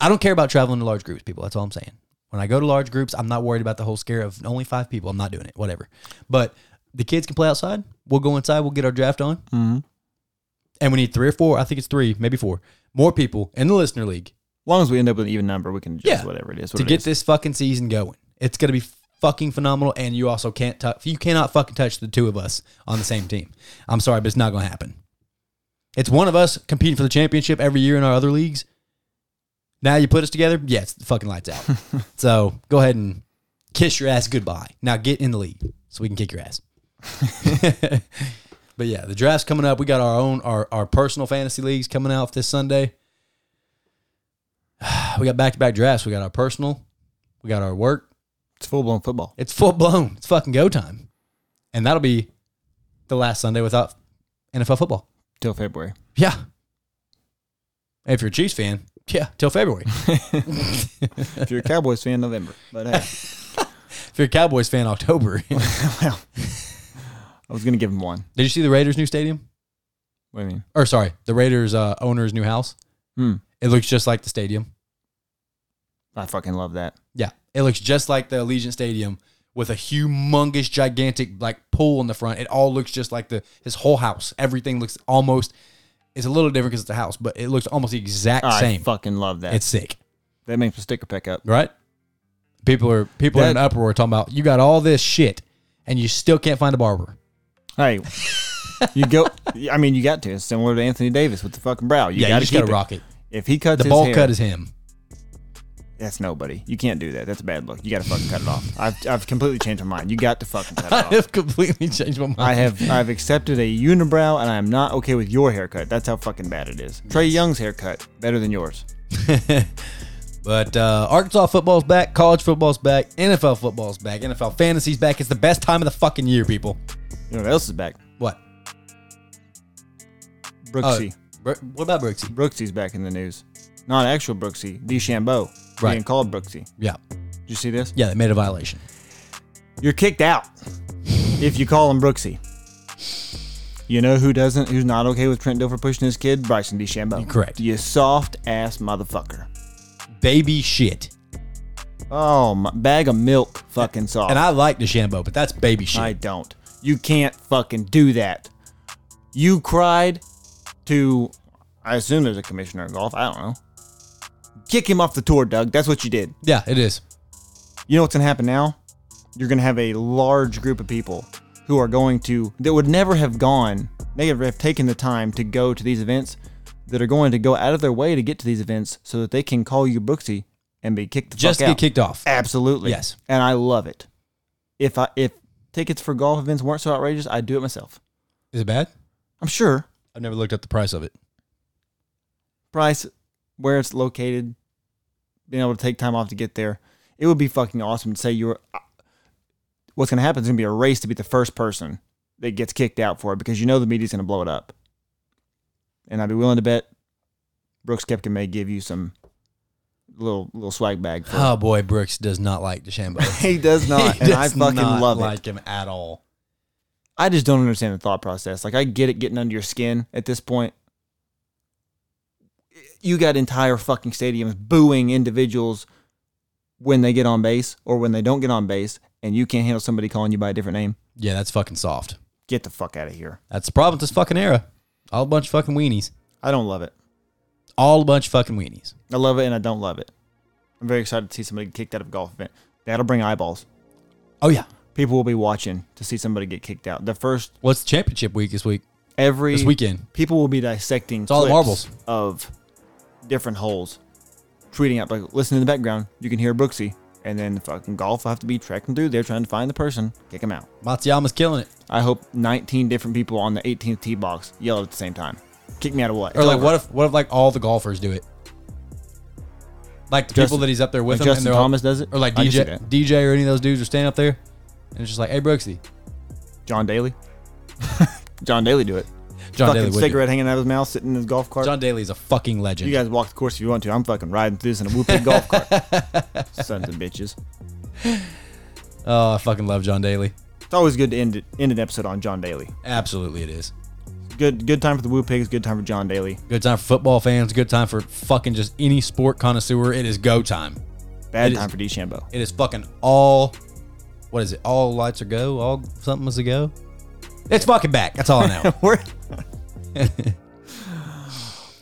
I don't care about traveling to large groups, people. That's all I'm saying. When I go to large groups, I'm not worried about the whole scare of only five people. I'm not doing it, whatever. But the kids can play outside. We'll go inside. We'll get our draft on, Mm-hmm. and we need three or four. I think it's three, maybe four more people in the listener league As long as we end up with an even number, we can adjust Yeah. whatever it is. to what it get is. this fucking season going. It's gonna be fucking phenomenal, and you also can't touch. You cannot fucking touch the two of us on the same team. I'm sorry, but it's not gonna happen. It's one of us competing for the championship every year in our other leagues. Now you put us together, yeah, it's fucking lights out. so go ahead and kiss your ass goodbye. Now get in the league so we can kick your ass. but yeah, the draft's coming up. We got our own our our personal fantasy leagues coming out this Sunday. We got back to back drafts. We got our personal, we got our work, it's full blown football. it's full blown. It's fucking go time. And that'll be the last Sunday without NFL football. till February. Yeah. And if you're a Chiefs fan, yeah, till February. If you're a Cowboys fan, November. But hey, if you're a Cowboys fan, October. [LAUGHS] Did [LAUGHS] well, I was gonna give him one. you see the Raiders' new stadium? What do you mean? Or sorry, the Raiders' uh, owner's new house. Hmm. It looks just like the stadium. I fucking love that. Yeah, it looks just like the Allegiant Stadium with a humongous, gigantic like pool in the front. It all looks just like the his whole house. Everything looks almost. It's a little different because it's a house, but it looks almost the exact I same. fucking love that. It's sick, that makes a sticker pick up. right? People are people are in That- an uproar talking about you got all this shit and you still can't find a barber. Hey, you go. I mean, you got to. It's similar to Anthony Davis with the fucking brow. You yeah, got to you just keep gotta it. rock it. If he cuts The his ball hair, cut is him. [LAUGHS] that's nobody. You can't do that. That's a bad look. You got to fucking cut it off. I've, I've completely changed my mind. You got to fucking cut it I [LAUGHS] off. have completely changed my mind. I have I've accepted a unibrow and I am not okay with your haircut. That's how fucking bad it is. Trey Young's haircut better than yours. But uh, Arkansas football's back, college football's back, NFL football's back, NFL fantasy's back. It's the best time of the fucking year, people. You know what else is back? What? Uh, Brooksy. Bro- what about Brooksy? Brooksy's back in the news. Not actual Brooksy, DeChambeau Right. being called Brooksy. Yeah, Did you see this? yeah, they made a violation. You're kicked out if you call him Brooksy. You know who doesn't? Who's not okay with Trent Dilfer pushing his kid? Bryson DeChambeau. Correct. You soft ass motherfucker. baby shit. Oh, my bag of milk fucking soft. And I like DeChambeau, but that's baby shit. I don't. You can't fucking do that. You cried to, I assume there's a commissioner of golf. I don't know. Kick him off the tour, Doug. That's what you did. yeah, it is. You know what's going to happen now? You're going to have a large group of people who are going to, that would never have gone, they would have taken the time to go to these events, that are going to go out of their way to get to these events so that they can call you Brooksy and be kicked the Just fuck out. get Eh. kicked off. Absolutely. Yes. And I love it. If I if tickets for golf events weren't so outrageous, I'd do it myself. Is it bad? I'm sure I've never looked up the price of it. price, where it's located, being able to take time off to get there, it would be fucking awesome to say you were. uh, What's gonna happen is gonna be a race to be the first person that gets kicked out for it because you know the media's gonna blow it up. And I'd be willing to bet Brooks Kepka may give you some little little swag bag. For Oh boy, Brooks does not like DeChambeau. [LAUGHS] He does [LAUGHS] not, He and I does fucking not love it. like him at all. I just don't understand the thought process. Like I get it getting under your skin at this point. You got entire fucking stadiums booing individuals when they get on base or when they don't get on base and you can't handle somebody calling you by a different name. Yeah, that's fucking soft. Get the fuck out of here. That's the problem with this fucking era. All a bunch of fucking weenies. I don't love it. All a bunch of fucking weenies. I love it and I don't love it. I'm very excited to see somebody get kicked out of a golf event. That'll bring eyeballs. Oh yeah. People will be watching to see somebody get kicked out. The first What's the championship week this week? every This weekend. people will be dissecting all the clips marbles. of different holes, tweeting out like, listen in the background, you can hear Brooksy, and then the fucking golf will have to be tracking through there trying to find the person, kick him out. Matsuyama's killing it. I hope 19 different people on the 18th tee box yell at the same time, kick me out of what? Or like, what if what if like all the golfers do it? Like the people Justin- that he's up there with like him, Justin and they're all- Thomas does it? or like I can see DJ that. DJ or any of those dudes are standing up there, and it's just like, hey Brooksy, John Daly? [LAUGHS] John Daly do it. John fucking Daly, would do it. cigarette hanging out of his mouth, sitting in his golf cart. John Daly is a fucking legend. you guys walk the course if you want to. I'm fucking riding through this in a [LAUGHS] whoopee golf cart. Sons of bitches. oh, I fucking love John Daly. It's always good to end, it, end an episode on John Daly. Absolutely, it is. Good good time for the Woo Pigs, good time for John Daly. Good time for football fans. Good time for fucking just any sport connoisseur. It is go time. Bad It time is- for DeChambeau. It is fucking all. What is it? All lights are go. All something was a go. It's fucking back. That's all [LAUGHS] I know. We're-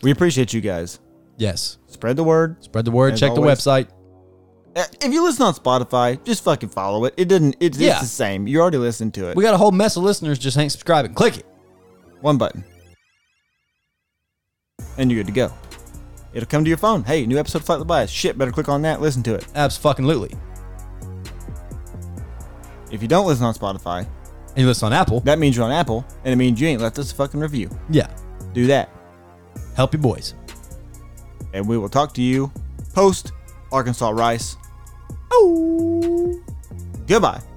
we appreciate you guys. yes. Spread the word. Spread the word. As check always- the website. Uh, If you listen on Spotify, just fucking follow it. It didn't. It, it's Yeah. the same. You already listened to it. We got a whole mess of listeners just ain't subscribing. Click it. One button, and you're good to go. It'll come to your phone. Hey, new episode of Flight the Bias. Shit, better click on that. Listen to it. Abs fucking lootly. If you don't listen on Spotify, And you listen on Apple. that means you're on Apple, and it means you ain't left us a fucking review. Yeah. Do that, Help your boys. and we will talk to you post Arkansas Rice. Oh, goodbye.